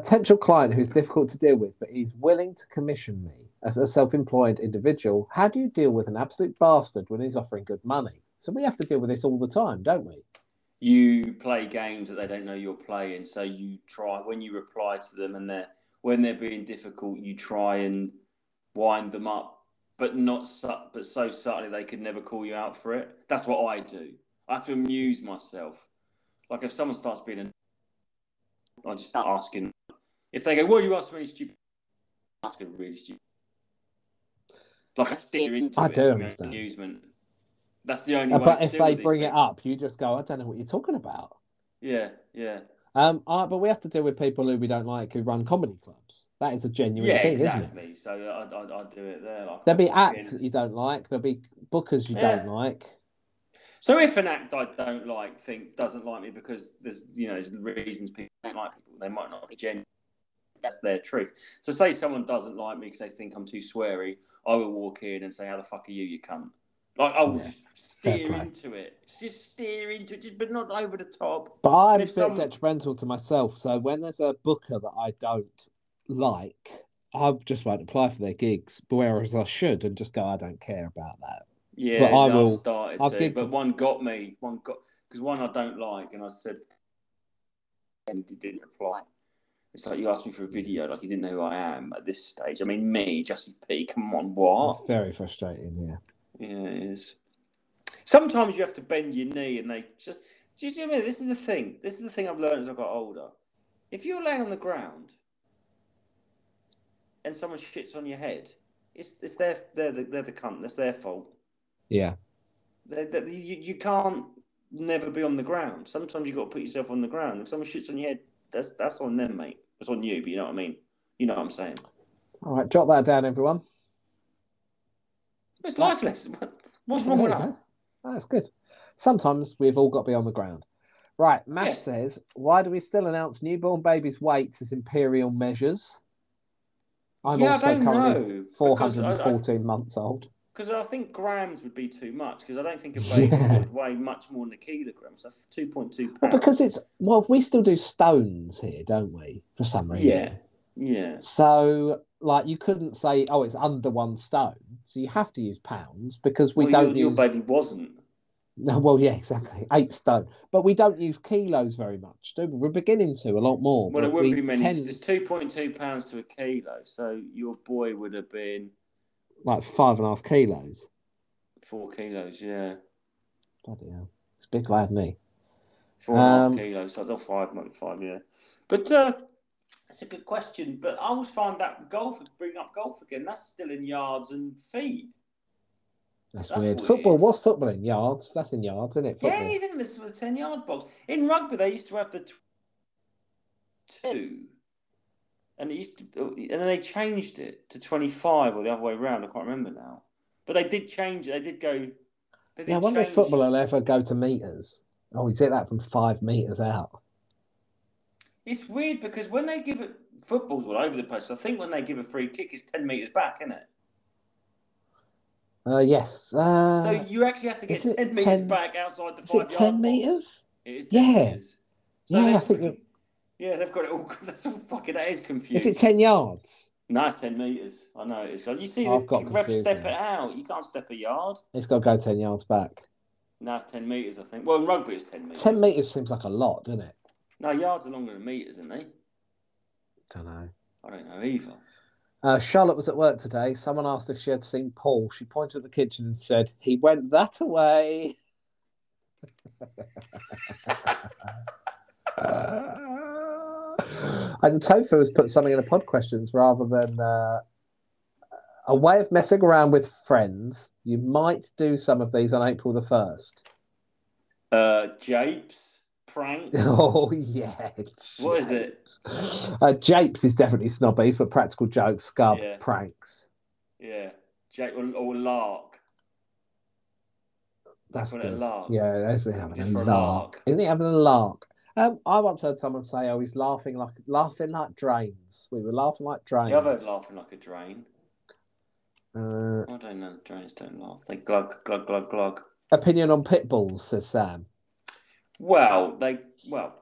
Speaker 1: potential client who's difficult to deal with, but he's willing to commission me as a self employed individual. How do you deal with an absolute bastard when he's offering good money? So we have to deal with this all the time, don't we?
Speaker 2: You play games that they don't know you're playing, so you try when you reply to them, and they're when they're being difficult, you try and wind them up, but not su- but so subtly they could never call you out for it. That's what I do. I have to amuse myself. Like if someone starts being, an I just start asking. If they go, "Well, you asked really stupid," I'm asking really stupid. Like I steer into
Speaker 1: I do
Speaker 2: it for my own
Speaker 1: understand. Uh,
Speaker 2: amusement. That's the only way.
Speaker 1: but
Speaker 2: to
Speaker 1: if
Speaker 2: deal
Speaker 1: they
Speaker 2: with these
Speaker 1: bring it
Speaker 2: people.
Speaker 1: up, you just go, I don't know what you're talking about.
Speaker 2: Yeah, yeah.
Speaker 1: Um, I, but we have to deal with people who we don't like who run comedy clubs. That is a genuine
Speaker 2: yeah,
Speaker 1: thing, isn't it?
Speaker 2: exactly. So I'd, I'd, I'd do it there. Like
Speaker 1: There'll be
Speaker 2: I'm
Speaker 1: acts
Speaker 2: thinking-
Speaker 1: that you don't like. There'll be bookers you
Speaker 2: Yeah.
Speaker 1: don't like.
Speaker 2: So if an act I don't like think doesn't like me because there's you know there's reasons people don't like people, they might not be genuine. That's their truth. So say someone doesn't like me because they think I'm too sweary, I will walk in and say, "How the fuck are you, you cunt?" Like I will
Speaker 1: Yeah,
Speaker 2: just
Speaker 1: fair
Speaker 2: steer
Speaker 1: play.
Speaker 2: into it, just steer into it, just but not over the top.
Speaker 1: But I'm a
Speaker 2: if
Speaker 1: bit
Speaker 2: some-
Speaker 1: detrimental to myself. So when there's a booker that I don't like, I just won't apply for their gigs. But whereas I should and just go, I don't care about that.
Speaker 2: Yeah,
Speaker 1: But I
Speaker 2: I've
Speaker 1: will-
Speaker 2: started
Speaker 1: I've
Speaker 2: to,
Speaker 1: did-
Speaker 2: but one got me. One got because one I don't like, and I said, and he didn't reply. It's like you asked me
Speaker 1: Hmm.
Speaker 2: for a video, like you didn't know who I am at this stage. I mean, me, Justin P. Come on, what?
Speaker 1: It's very frustrating. Yeah.
Speaker 2: Yeah, it is. Sometimes you have to bend your knee, and they just. Do you know? what I mean? This is the thing. This is the thing I've learned as I got older. If you're laying on the ground, and someone shits on your head, it's it's their they're the, they're the cunt. That's their fault.
Speaker 1: Yeah.
Speaker 2: They, they, you, you can't never be on the ground. Sometimes you've got to put yourself on the ground. If someone shits on your head, that's that's on them, mate. It's on you, but you know what I mean? You know what I'm saying?
Speaker 1: All right. Jot that down, everyone.
Speaker 2: It's life lesson. What- What's wrong with
Speaker 1: There you
Speaker 2: that?
Speaker 1: go. That's good. Sometimes we've all got to be on the ground. Right. Mash
Speaker 2: Yeah.
Speaker 1: says, why do we still announce newborn babies' weights as imperial measures? I'm
Speaker 2: Yeah, I
Speaker 1: also
Speaker 2: don't
Speaker 1: currently
Speaker 2: know, because I- I-
Speaker 1: 414 months old.
Speaker 2: Because I think grams would be too much. Because I don't think a baby
Speaker 1: Yeah.
Speaker 2: would weigh much more than a kilogram. So two point two
Speaker 1: Well,
Speaker 2: pounds.
Speaker 1: because it's, well, we still do stones here, don't we? For some reason.
Speaker 2: yeah, yeah,
Speaker 1: So, like, you couldn't say, oh, it's under one stone. So you have to use pounds because we
Speaker 2: Well,
Speaker 1: don't
Speaker 2: your,
Speaker 1: use.
Speaker 2: your baby wasn't.
Speaker 1: No, <laughs> well, yeah, exactly. Eight stone. But we don't use kilos very much, do we? We're beginning to a lot more.
Speaker 2: Well,
Speaker 1: but
Speaker 2: it wouldn't
Speaker 1: we
Speaker 2: be many.
Speaker 1: tend-
Speaker 2: It's two point two pounds to a kilo. So your boy would have been
Speaker 1: like five and a half kilos.
Speaker 2: four kilos. Yeah.
Speaker 1: Bloody hell. It's a big lad, isn't he?
Speaker 2: Four and a half
Speaker 1: Um,
Speaker 2: kilos, so I was on five, not five, yeah. But uh, that's a good question. But I always find that golf, bring up golf again, that's still in yards and feet.
Speaker 1: That's,
Speaker 2: That's
Speaker 1: weird.
Speaker 2: weird.
Speaker 1: Football, what's football in? Yards. That's in yards, isn't it? Football.
Speaker 2: Yeah, he's in this with a 10 yard box. In rugby, they used to have the tw- two, and it used to, oh, and then they changed it to 25 or the other way around. I can't remember now. But they did change it, they did go. They did
Speaker 1: Yeah, I wonder if
Speaker 2: change-
Speaker 1: football will ever go to meters. Oh, he's hit that from five meters out.
Speaker 2: It's weird because when they give it, football's all over the place. I think when they give a free kick, it's 10 metres back, isn't it?
Speaker 1: Uh, yes. Uh,
Speaker 2: So you actually have to get
Speaker 1: is it
Speaker 2: 10 metres
Speaker 1: 10
Speaker 2: back outside the
Speaker 1: is it
Speaker 2: five yard
Speaker 1: 10 meters?
Speaker 2: It is 10
Speaker 1: Yeah.
Speaker 2: metres. So
Speaker 1: Yeah, I
Speaker 2: they've-
Speaker 1: think that-
Speaker 2: Yeah, they've got it all. <laughs> That's all fucking. That is
Speaker 1: Is
Speaker 2: confusing.
Speaker 1: it 10 yards?
Speaker 2: No, it's 10 metres. I know it is. You see,
Speaker 1: I've
Speaker 2: the
Speaker 1: got
Speaker 2: ref
Speaker 1: confused
Speaker 2: step
Speaker 1: now.
Speaker 2: it out. You can't step a yard.
Speaker 1: It's got to go 10 yards back.
Speaker 2: No, it's 10 metres, I think. Well, in rugby, it's 10 metres.
Speaker 1: 10 meters seems like a lot, doesn't it?
Speaker 2: No, yards are longer than metres, aren't they?
Speaker 1: Don't know.
Speaker 2: I don't know either.
Speaker 1: Uh, Charlotte was at work today. Someone asked if she had seen Paul. She pointed at the kitchen and said, He went that
Speaker 2: <laughs>
Speaker 1: away. and Tofu has put something in the pod questions rather than uh, a way of messing around with friends. You might do some of these on April the 1st.
Speaker 2: Uh, japes, pranks.
Speaker 1: <laughs> Oh, yeah.
Speaker 2: What is it?
Speaker 1: Uh, japes is definitely snobby, but practical jokes, scub,
Speaker 2: Yeah.
Speaker 1: pranks.
Speaker 2: Yeah. Jape or, or lark.
Speaker 1: That's
Speaker 2: Call it a
Speaker 1: good.
Speaker 2: lark.
Speaker 1: Yeah, that's it, having
Speaker 2: Just
Speaker 1: a
Speaker 2: for a
Speaker 1: lark.
Speaker 2: lark.
Speaker 1: Isn't it having a lark? Um, I once heard someone say, "Oh, he's laughing like laughing like drains." We were laughing like drains.
Speaker 2: The other's laughing like a drain.
Speaker 1: Uh,
Speaker 2: I don't know. Drains don't laugh. They glug, glug, glug, glug.
Speaker 1: opinion on pit bulls, says Sam.
Speaker 2: Well, they well,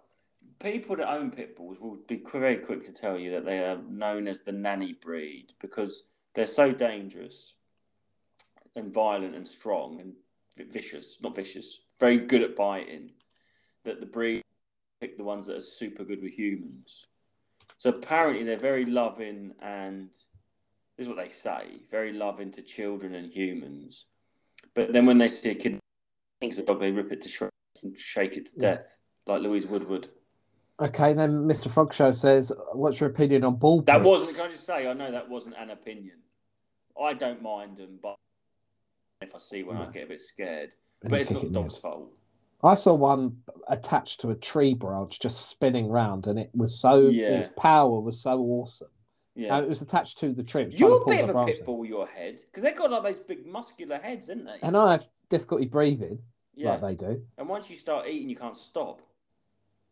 Speaker 2: people that own pit bulls will be qu- very quick to tell you that they are known as the nanny breed because they're so dangerous and violent and strong and vi- vicious, not vicious, very good at biting that the breed pick the ones that are super good with humans. So apparently they're very loving and this is what they say, very loving to children and humans. But then when they see a kid thinks a dog, they rip it to shreds and shake it to
Speaker 1: Yeah.
Speaker 2: death, like Louise Woodward.
Speaker 1: Okay, then Mr. Frog Show says, "What's your opinion on ball?"
Speaker 2: That
Speaker 1: pits?"
Speaker 2: wasn't. Can I just say? I know that wasn't an opinion. I don't mind them, but if I see one, I
Speaker 1: No.
Speaker 2: get a bit scared.
Speaker 1: And
Speaker 2: But
Speaker 1: you
Speaker 2: it's
Speaker 1: kick
Speaker 2: not
Speaker 1: it
Speaker 2: the
Speaker 1: in the
Speaker 2: dog's fault.
Speaker 1: I saw one attached to a tree branch just spinning round, and it was so
Speaker 2: Yeah.
Speaker 1: its power was so awesome.
Speaker 2: Yeah.
Speaker 1: And Uh, it was attached to the tree. It was trying to
Speaker 2: You're a
Speaker 1: pull
Speaker 2: bit
Speaker 1: the
Speaker 2: of a
Speaker 1: branch
Speaker 2: pit
Speaker 1: down.
Speaker 2: bull, your head, because they've got like those big muscular heads, haven't they?
Speaker 1: and I have difficulty breathing,
Speaker 2: yeah.
Speaker 1: like they do.
Speaker 2: And once you start eating, you
Speaker 1: <laughs>
Speaker 2: can't stop.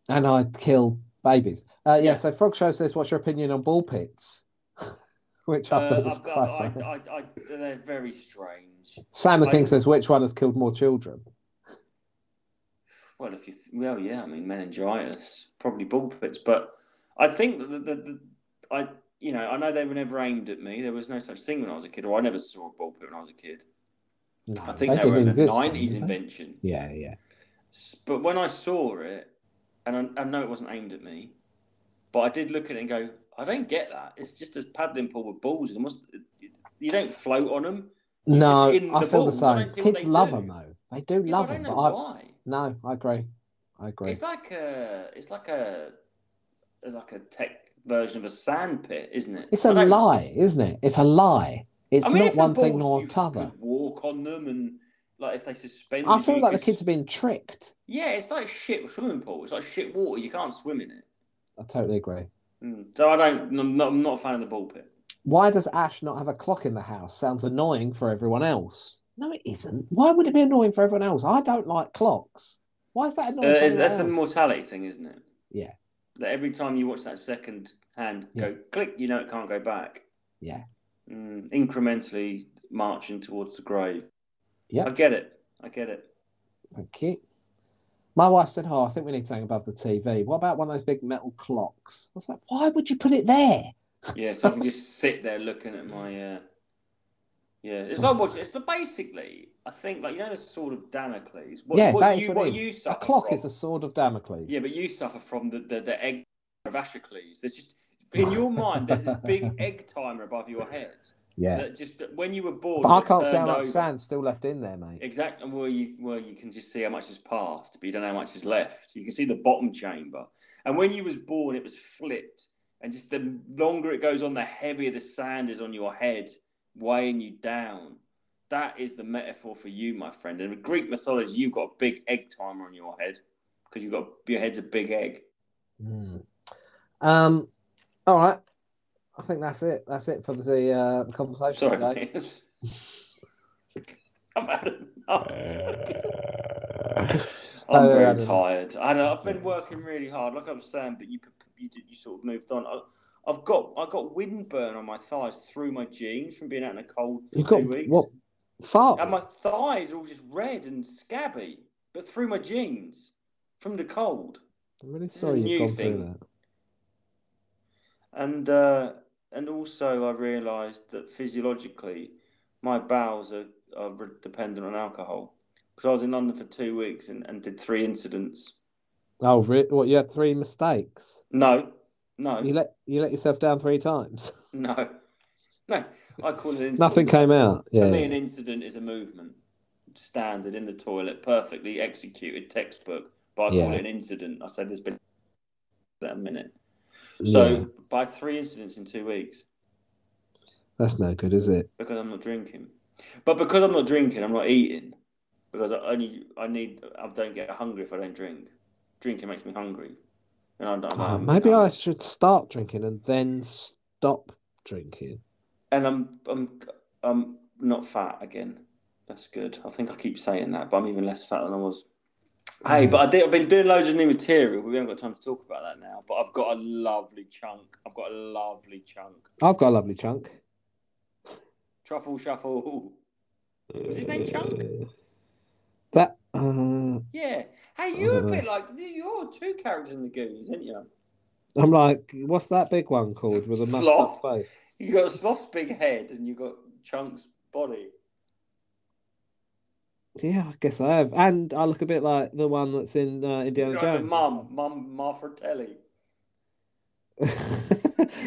Speaker 1: And I kill babies. Uh, yeah,
Speaker 2: Yeah.
Speaker 1: So Frog Show says, "What's your opinion on ball pits?" <laughs> Which I
Speaker 2: Uh,
Speaker 1: thought was
Speaker 2: I've
Speaker 1: quite
Speaker 2: got, I,
Speaker 1: funny.
Speaker 2: I, I, they're very strange.
Speaker 1: Sam the
Speaker 2: I-
Speaker 1: King says, "Which one has killed more children?"
Speaker 2: Well, if you, th- well, yeah, I mean, meningitis, probably ball pits, but I think that the, the, the, I, you know, I know they were never aimed at me. There was no such thing when I was a kid, or I never saw a ball pit when I was a kid.
Speaker 1: No,
Speaker 2: I think they, were
Speaker 1: didn't
Speaker 2: in the
Speaker 1: exist then,
Speaker 2: nineties
Speaker 1: did they?
Speaker 2: invention.
Speaker 1: Yeah, yeah.
Speaker 2: S- But when I saw it, and I, I know it wasn't aimed at me, but I did look at it and go, I don't get that. It's just a paddling pool with balls, and what's, you don't float on them. You're
Speaker 1: No,
Speaker 2: just in
Speaker 1: I
Speaker 2: the
Speaker 1: feel the
Speaker 2: ball. I
Speaker 1: same.
Speaker 2: don't see what
Speaker 1: Kids
Speaker 2: they
Speaker 1: love
Speaker 2: do.
Speaker 1: them though. They do
Speaker 2: Yeah,
Speaker 1: love
Speaker 2: but I
Speaker 1: them.
Speaker 2: don't
Speaker 1: But
Speaker 2: know
Speaker 1: I
Speaker 2: why.
Speaker 1: no, I agree. I agree.
Speaker 2: It's like a, it's like a, like a tech version of a sand pit, isn't it?
Speaker 1: It's
Speaker 2: I
Speaker 1: a
Speaker 2: don't-
Speaker 1: lie, isn't it? It's a lie. It's
Speaker 2: I mean,
Speaker 1: not
Speaker 2: if the
Speaker 1: one thing
Speaker 2: balls
Speaker 1: nor
Speaker 2: you
Speaker 1: another.
Speaker 2: could walk on them, and like if they suspend,
Speaker 1: I feel like the kids are being tricked.
Speaker 2: Yeah, it's like shit swimming pool. It's like shit water. You can't swim in it.
Speaker 1: I totally agree.
Speaker 2: Mm. So I don't. I'm not, I'm not a fan of the ball pit.
Speaker 1: Why does Ash not have a clock in the house? Sounds annoying for everyone else. No, it isn't. Why would it be annoying for everyone else? I don't like clocks. Why is that
Speaker 2: Uh,
Speaker 1: annoying? for
Speaker 2: it's,
Speaker 1: everyone
Speaker 2: that's a
Speaker 1: else?
Speaker 2: mortality thing, isn't it?
Speaker 1: Yeah.
Speaker 2: That every time you watch that second hand go click, you know it can't go back.
Speaker 1: Yeah.
Speaker 2: Mm, incrementally marching towards the grave.
Speaker 1: Yeah.
Speaker 2: I get it. I get it.
Speaker 1: Thank you. My wife said, "Oh, I think we need something above the TV. What about one of those big metal clocks?" I was like, "Why would you put it there?"
Speaker 2: Yeah, so I can just <laughs> sit there looking at my. Uh, yeah, it's like watching. It's basically, I think, like you know, the sword of Damocles. What,
Speaker 1: Yeah,
Speaker 2: what
Speaker 1: that
Speaker 2: you,
Speaker 1: is what it
Speaker 2: what
Speaker 1: is.
Speaker 2: you
Speaker 1: A
Speaker 2: suffer
Speaker 1: clock
Speaker 2: from,
Speaker 1: is a sword of Damocles.
Speaker 2: Yeah, but you suffer from the the, the egg of Ashocles. There's just in your mind there's this
Speaker 1: <laughs>
Speaker 2: big egg timer above your head
Speaker 1: yeah.
Speaker 2: that just that when you were born.
Speaker 1: But I
Speaker 2: got
Speaker 1: can't see
Speaker 2: turned
Speaker 1: how much
Speaker 2: over.
Speaker 1: sand's still left in there, mate.
Speaker 2: Exactly. Well, you well you can just see how much is passed, but you don't know how much is left. You can see the bottom chamber, and when you was born, it was flipped, and just the longer it goes on, the heavier the sand is on your head, weighing you down. That is the metaphor for you, my friend. And in Greek mythology, you've got a big egg timer on your head because you've got your head's a big egg.
Speaker 1: Hmm. Um. All right. I think that's it. That's it for the uh, the conversation
Speaker 2: Sorry,
Speaker 1: today.
Speaker 2: mate. <laughs> I've had enough.
Speaker 1: Oh,
Speaker 2: I'm
Speaker 1: yeah, I
Speaker 2: very
Speaker 1: don't know.
Speaker 2: tired. I know, I've been
Speaker 1: Yeah,
Speaker 2: working really hard, like I was saying, but you p- you, did- you sort of moved on. I, I've got I got windburn on my thighs through my jeans from being out in the cold for
Speaker 1: You've
Speaker 2: two
Speaker 1: got
Speaker 2: weeks,
Speaker 1: what? Fart.
Speaker 2: and my thighs are all just red and scabby, but through my jeans from the cold.
Speaker 1: I'm really
Speaker 2: is a
Speaker 1: sorry
Speaker 2: new
Speaker 1: you've gone
Speaker 2: thing.
Speaker 1: through that.
Speaker 2: and uh, and also I realised that physiologically, my bowels are, are re- dependent on alcohol because I was in London for two weeks and, and did three incidents.
Speaker 1: Oh, re- what? You had three mistakes.
Speaker 2: No, no,
Speaker 1: You let you let yourself down three
Speaker 2: <laughs>
Speaker 1: times.
Speaker 2: no, no. I call it an incident.
Speaker 1: Nothing came out.
Speaker 2: For
Speaker 1: Yeah.
Speaker 2: me, an incident is a movement, standard in the toilet, perfectly executed textbook. But I call
Speaker 1: Yeah.
Speaker 2: it an incident. I said there's been that a minute. So
Speaker 1: Yeah.
Speaker 2: by three incidents in two weeks.
Speaker 1: That's no good, is it?
Speaker 2: because I'm not drinking. But because I'm not drinking, I'm not eating. Because I only I need I don't get hungry if I don't drink. Drinking makes me hungry, and I don't.
Speaker 1: Oh,
Speaker 2: I'm-
Speaker 1: maybe
Speaker 2: I'm-
Speaker 1: I should start drinking and then stop drinking.
Speaker 2: And I'm I'm I'm not fat again. That's good. I think I keep saying that, but I'm even less fat than I was. Hey, but I did, I've been doing loads of new material. But we haven't got time to talk about that now. But I've got a lovely chunk. I've got a lovely chunk.
Speaker 1: I've got a lovely chunk.
Speaker 2: Truffle shuffle. <laughs> Was his name Chunk?
Speaker 1: Uh, That uh,
Speaker 2: Yeah. Hey, you're a
Speaker 1: Uh.
Speaker 2: bit like you're two characters in the Goonies, aren't you?
Speaker 1: I'm like, what's that big one called with a
Speaker 2: Sloth.
Speaker 1: massive face?
Speaker 2: You got Sloth's big head and you got Chunk's body.
Speaker 1: Yeah, I guess I have. And I look a bit like the one that's in uh, Indiana
Speaker 2: You're like the
Speaker 1: Jones.
Speaker 2: mum, mum Marfratelli.
Speaker 1: <laughs>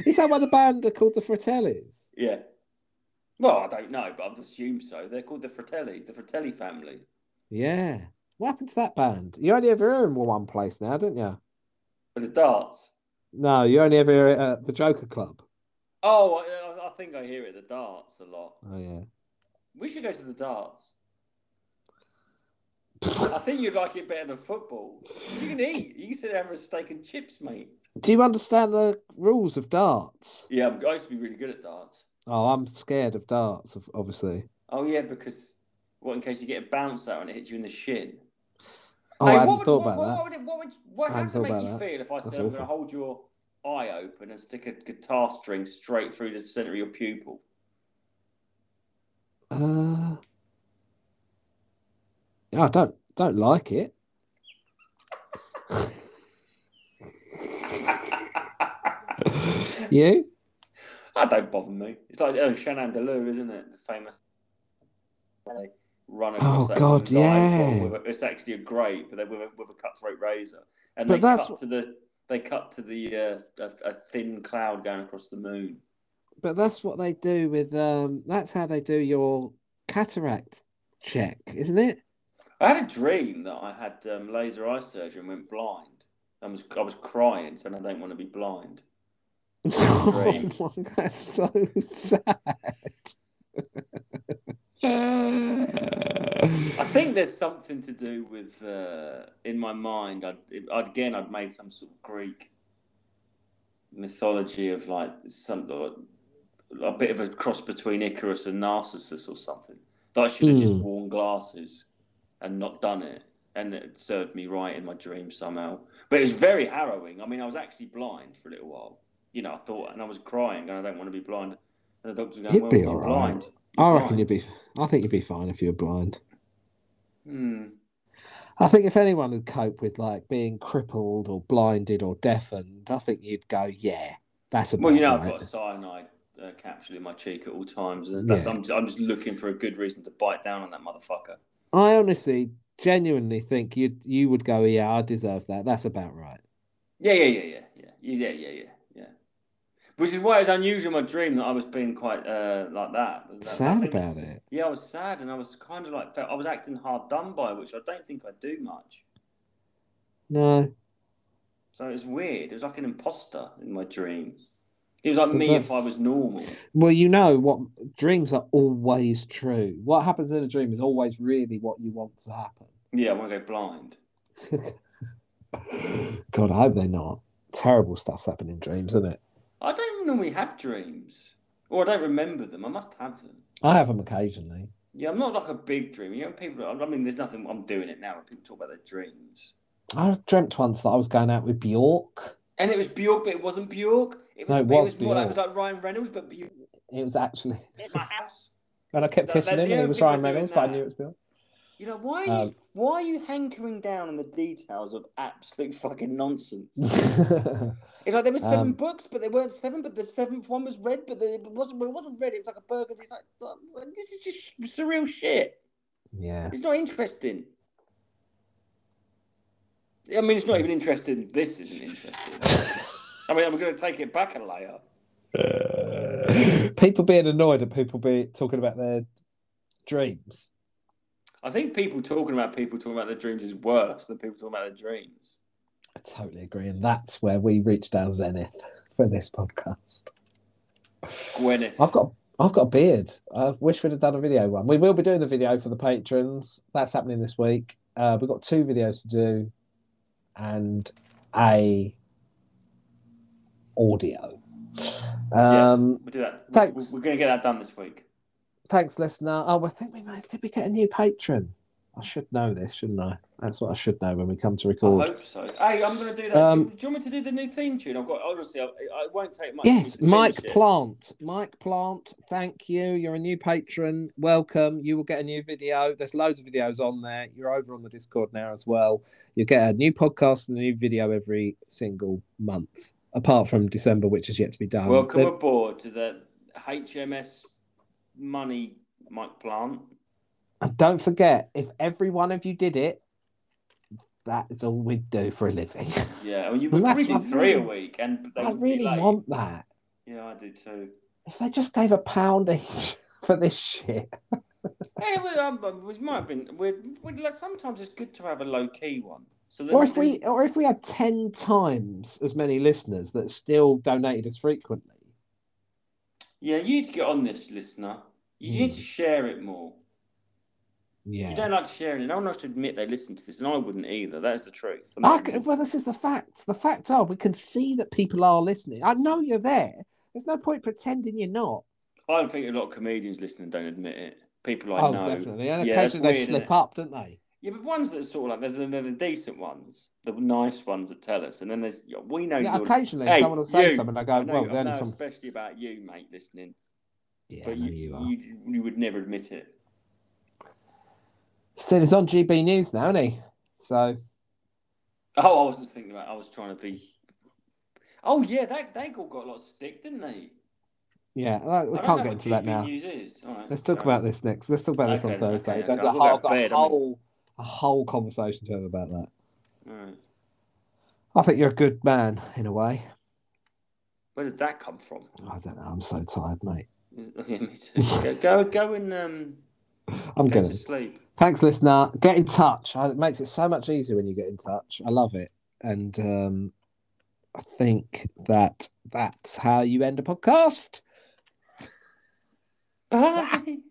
Speaker 1: Is that why the band are called the Fratellis?
Speaker 2: Yeah. Well, I don't know, but I'd assume so. They're called the Fratellis, the Fratelli family.
Speaker 1: Yeah. What happened to that band? You only ever hear 'em in one place now, don't you?
Speaker 2: With the darts.
Speaker 1: No, you only ever hear it at the Joker Club.
Speaker 2: Oh, I, I think I hear it, the darts a lot.
Speaker 1: Oh yeah. <laughs>
Speaker 2: We should go to the darts. I think you'd like it better than football. You can eat. You can sit there and have a steak and chips, mate.
Speaker 1: Do you understand the rules of darts?
Speaker 2: Yeah, I'm- I used to be really good at darts.
Speaker 1: Oh, I'm scared of darts, of- obviously.
Speaker 2: Oh yeah, because what in case you get a bounce out and it hits you in the shin?
Speaker 1: Oh,
Speaker 2: Hey,
Speaker 1: I hadn't
Speaker 2: what
Speaker 1: thought
Speaker 2: would, what,
Speaker 1: about that.
Speaker 2: What would, what would, what,
Speaker 1: I
Speaker 2: how
Speaker 1: hadn't
Speaker 2: does it
Speaker 1: thought
Speaker 2: make you
Speaker 1: about that.
Speaker 2: feel if I said
Speaker 1: That's
Speaker 2: I'm going to
Speaker 1: awful.
Speaker 2: hold your eye open and stick a guitar string straight through the centre of your pupil?
Speaker 1: Uh, I don't don't like it. <laughs> you?
Speaker 2: That Ah, don't bother me. It's like oh, Shenandoah, isn't it? The famous they run across that
Speaker 1: Oh, God,
Speaker 2: woman's eye
Speaker 1: yeah.
Speaker 2: with a- it's actually a grape, but they with a, with a cutthroat razor, and
Speaker 1: But
Speaker 2: they
Speaker 1: that's
Speaker 2: cut to the they cut to the uh, a, a thin cloud going across the moon.
Speaker 1: But that's what they do with um. That's how they do your cataract check, isn't it?
Speaker 2: I had a dream that I had um, laser eye surgery and went blind. I was I was crying, saying I don't want to be blind.
Speaker 1: <laughs> Oh my God, that's so
Speaker 2: I
Speaker 1: sad.
Speaker 2: think there's something to do with uh, in my mind. I'd, I'd again, I'd made some sort of Greek mythology of like some a bit of a cross between Icarus and Narcissus or something. That I should have just
Speaker 1: Hmm.
Speaker 2: worn glasses and not done it, and it served me right in my dream somehow. But it was very harrowing. I mean, I was actually blind for a little while. You know, I thought, and I was crying, and I don't want to be blind. And the doctors going,
Speaker 1: You'd
Speaker 2: "Well,
Speaker 1: be
Speaker 2: you're
Speaker 1: all right.
Speaker 2: blind."
Speaker 1: I reckon
Speaker 2: blind.
Speaker 1: you'd be. I think you'd be fine if you were blind.
Speaker 2: Hmm.
Speaker 1: I think if anyone would cope with like being crippled or blinded or deafened, I think you'd go, yeah, that's about
Speaker 2: Well, you know, I've
Speaker 1: right.
Speaker 2: got a cyanide uh, capsule in my cheek at all times. and That's,
Speaker 1: Yeah.
Speaker 2: I'm, just, I'm just looking for a good reason to bite down on that motherfucker.
Speaker 1: I honestly, genuinely think you you would go, yeah, I deserve that. That's about right.
Speaker 2: Yeah, yeah, yeah, yeah, yeah, yeah, yeah, yeah, yeah. Which is why it's unusual in my dream that I was being quite uh, like that. That- that
Speaker 1: Sad
Speaker 2: thing-
Speaker 1: about it.
Speaker 2: Yeah, I was sad, and I was kind of like felt I was acting hard done by, which I don't think I do much.
Speaker 1: No,
Speaker 2: So it was weird. It was like an imposter in my dream. It was like
Speaker 1: Well,
Speaker 2: me
Speaker 1: that's-
Speaker 2: if I was normal.
Speaker 1: well, you know what? Dreams are always true. What happens in a dream is always really what you want to happen.
Speaker 2: Yeah, I want to go blind.
Speaker 1: <sighs> God, I hope they're not. Terrible stuff's happening in dreams, isn't it?
Speaker 2: I don't normally have dreams, or I don't remember them. I must have them.
Speaker 1: I have them occasionally.
Speaker 2: Yeah, I'm not like a big dreamer. You know, people. I mean, there's nothing. I'm doing it now. and People talk about their dreams,
Speaker 1: I dreamt once that I was going out with Bjork.
Speaker 2: and it was Bjork, but it wasn't Bjork. It
Speaker 1: No,
Speaker 2: was,
Speaker 1: it
Speaker 2: it
Speaker 1: was
Speaker 2: was more like it was like Ryan Reynolds, but Bjork.
Speaker 1: It was actually
Speaker 2: It's my house.
Speaker 1: And I kept
Speaker 2: That-
Speaker 1: kissing
Speaker 2: that-
Speaker 1: him, and he
Speaker 2: the only
Speaker 1: was
Speaker 2: people
Speaker 1: Ryan
Speaker 2: doing
Speaker 1: Reynolds, but I
Speaker 2: that-
Speaker 1: knew it was Bill.
Speaker 2: You know why? Are you,
Speaker 1: Um,
Speaker 2: why are you hankering down on the details of absolute fucking nonsense? It's like there were seven
Speaker 1: Um,
Speaker 2: books, but there weren't seven. But the seventh one was red, but the, it wasn't. It wasn't red. It was like a burgundy. It's like this is just surreal shit.
Speaker 1: yeah. <laughs>
Speaker 2: It's not interesting. I mean, it's not even interesting. This isn't interesting. I mean, I'm going to take it back a layer.
Speaker 1: people being annoyed at people be talking about their dreams.
Speaker 2: I think people talking about people talking about their dreams is worse than people talking about their dreams.
Speaker 1: I totally agree, and that's where we reached our zenith for this podcast.
Speaker 2: Gwyneth.
Speaker 1: I've got. I've got a beard. I wish we'd have done a video one. We will be doing the video for the patrons. That's happening this week. Uh, we've got two videos to do, and a audio. Um,
Speaker 2: We'll do that. We-
Speaker 1: Thanks.
Speaker 2: We're going to get that done this week.
Speaker 1: Thanks, listener. Oh, I think we might. Did we get a new patron? I should know this, shouldn't I? That's what I should know when we come to
Speaker 2: I
Speaker 1: record.
Speaker 2: hope so. Hey, I'm going to do that.
Speaker 1: Um,
Speaker 2: do, do you want me to do the new theme tune? I've got honestly, I, I won't take much.
Speaker 1: Yes,
Speaker 2: to finish
Speaker 1: Mike
Speaker 2: it.
Speaker 1: Plant. Mike Plant, thank you. You're a new patron. Welcome. You will get a new video. There's loads of videos on there. You're over on the Discord now as well. You get a new podcast and a new video every single month, apart from December, which is yet to be done.
Speaker 2: Welcome
Speaker 1: There-
Speaker 2: aboard to the HMS Money Mike Plant.
Speaker 1: And don't forget, if every one of you did it, that is all we'd do for a living.
Speaker 2: Yeah, well, you
Speaker 1: Well,
Speaker 2: would
Speaker 1: that's
Speaker 2: probably do
Speaker 1: what I
Speaker 2: three a
Speaker 1: mean.
Speaker 2: week, and they
Speaker 1: I
Speaker 2: would be
Speaker 1: really
Speaker 2: late.
Speaker 1: want that.
Speaker 2: Yeah, I do too.
Speaker 1: if they just gave a pound each <laughs> for this shit.
Speaker 2: Hey, we, um, um, we might have been. We're, we're, like, sometimes it's good to have a low key one. So then
Speaker 1: Or if
Speaker 2: do-
Speaker 1: we or if we had ten times as many listeners that still donated as frequently.
Speaker 2: yeah, you need to get on this, listener. You
Speaker 1: Hmm.
Speaker 2: need to share it more. You
Speaker 1: Yeah.
Speaker 2: don't like to share it. No one wants to admit they listen to this, and I wouldn't either. That's the truth. I'm
Speaker 1: I
Speaker 2: not-
Speaker 1: c well, this is the facts. The facts are we can see that people are listening. I know you're there. There's no point pretending you're not.
Speaker 2: I don't think a lot of comedians listen and don't admit it. People I
Speaker 1: oh,
Speaker 2: know.
Speaker 1: definitely. And
Speaker 2: Yeah, that's
Speaker 1: occasionally they
Speaker 2: weird,
Speaker 1: slip
Speaker 2: innit?
Speaker 1: up, don't they?
Speaker 2: Yeah, but ones that sort of like there's they're the decent ones, the nice ones that tell us, and then there's we know
Speaker 1: Yeah,
Speaker 2: you're.
Speaker 1: occasionally
Speaker 2: Hey,
Speaker 1: someone will say
Speaker 2: you.
Speaker 1: something. I go,
Speaker 2: I know,
Speaker 1: well,
Speaker 2: I
Speaker 1: the only
Speaker 2: know
Speaker 1: time.
Speaker 2: especially about you, mate, listening.
Speaker 1: Yeah, I
Speaker 2: but
Speaker 1: know
Speaker 2: you,
Speaker 1: you
Speaker 2: you,
Speaker 1: are.
Speaker 2: you would never admit it.
Speaker 1: Still, he's on GB News now, isn't he? So
Speaker 2: Oh, I was just thinking about. I was trying to be. Oh yeah, that they all got a lot of stick, didn't they?
Speaker 1: yeah, I- we
Speaker 2: I
Speaker 1: can't
Speaker 2: don't
Speaker 1: get
Speaker 2: know what
Speaker 1: into that
Speaker 2: GB
Speaker 1: now.
Speaker 2: News is. All right,
Speaker 1: Let's talk
Speaker 2: sorry.
Speaker 1: about this next. Let's talk about this on
Speaker 2: Okay, okay,
Speaker 1: Thursday.
Speaker 2: okay.
Speaker 1: There's a
Speaker 2: I'll
Speaker 1: whole,
Speaker 2: go to bed,
Speaker 1: a
Speaker 2: I mean.
Speaker 1: whole, a whole conversation to have about that.
Speaker 2: All right.
Speaker 1: I think you're a good man in a way.
Speaker 2: Where did that
Speaker 1: <laughs>
Speaker 2: come from?
Speaker 1: I don't know. I'm so tired, mate.
Speaker 2: Yeah, me too. Go, go, go and um,
Speaker 1: I'm
Speaker 2: go
Speaker 1: good.
Speaker 2: to sleep.
Speaker 1: Thanks, listener. Get in touch. I- It makes it so much easier when you get in touch. I love it, and um, I think that that's how you end a podcast.
Speaker 2: <laughs> Bye.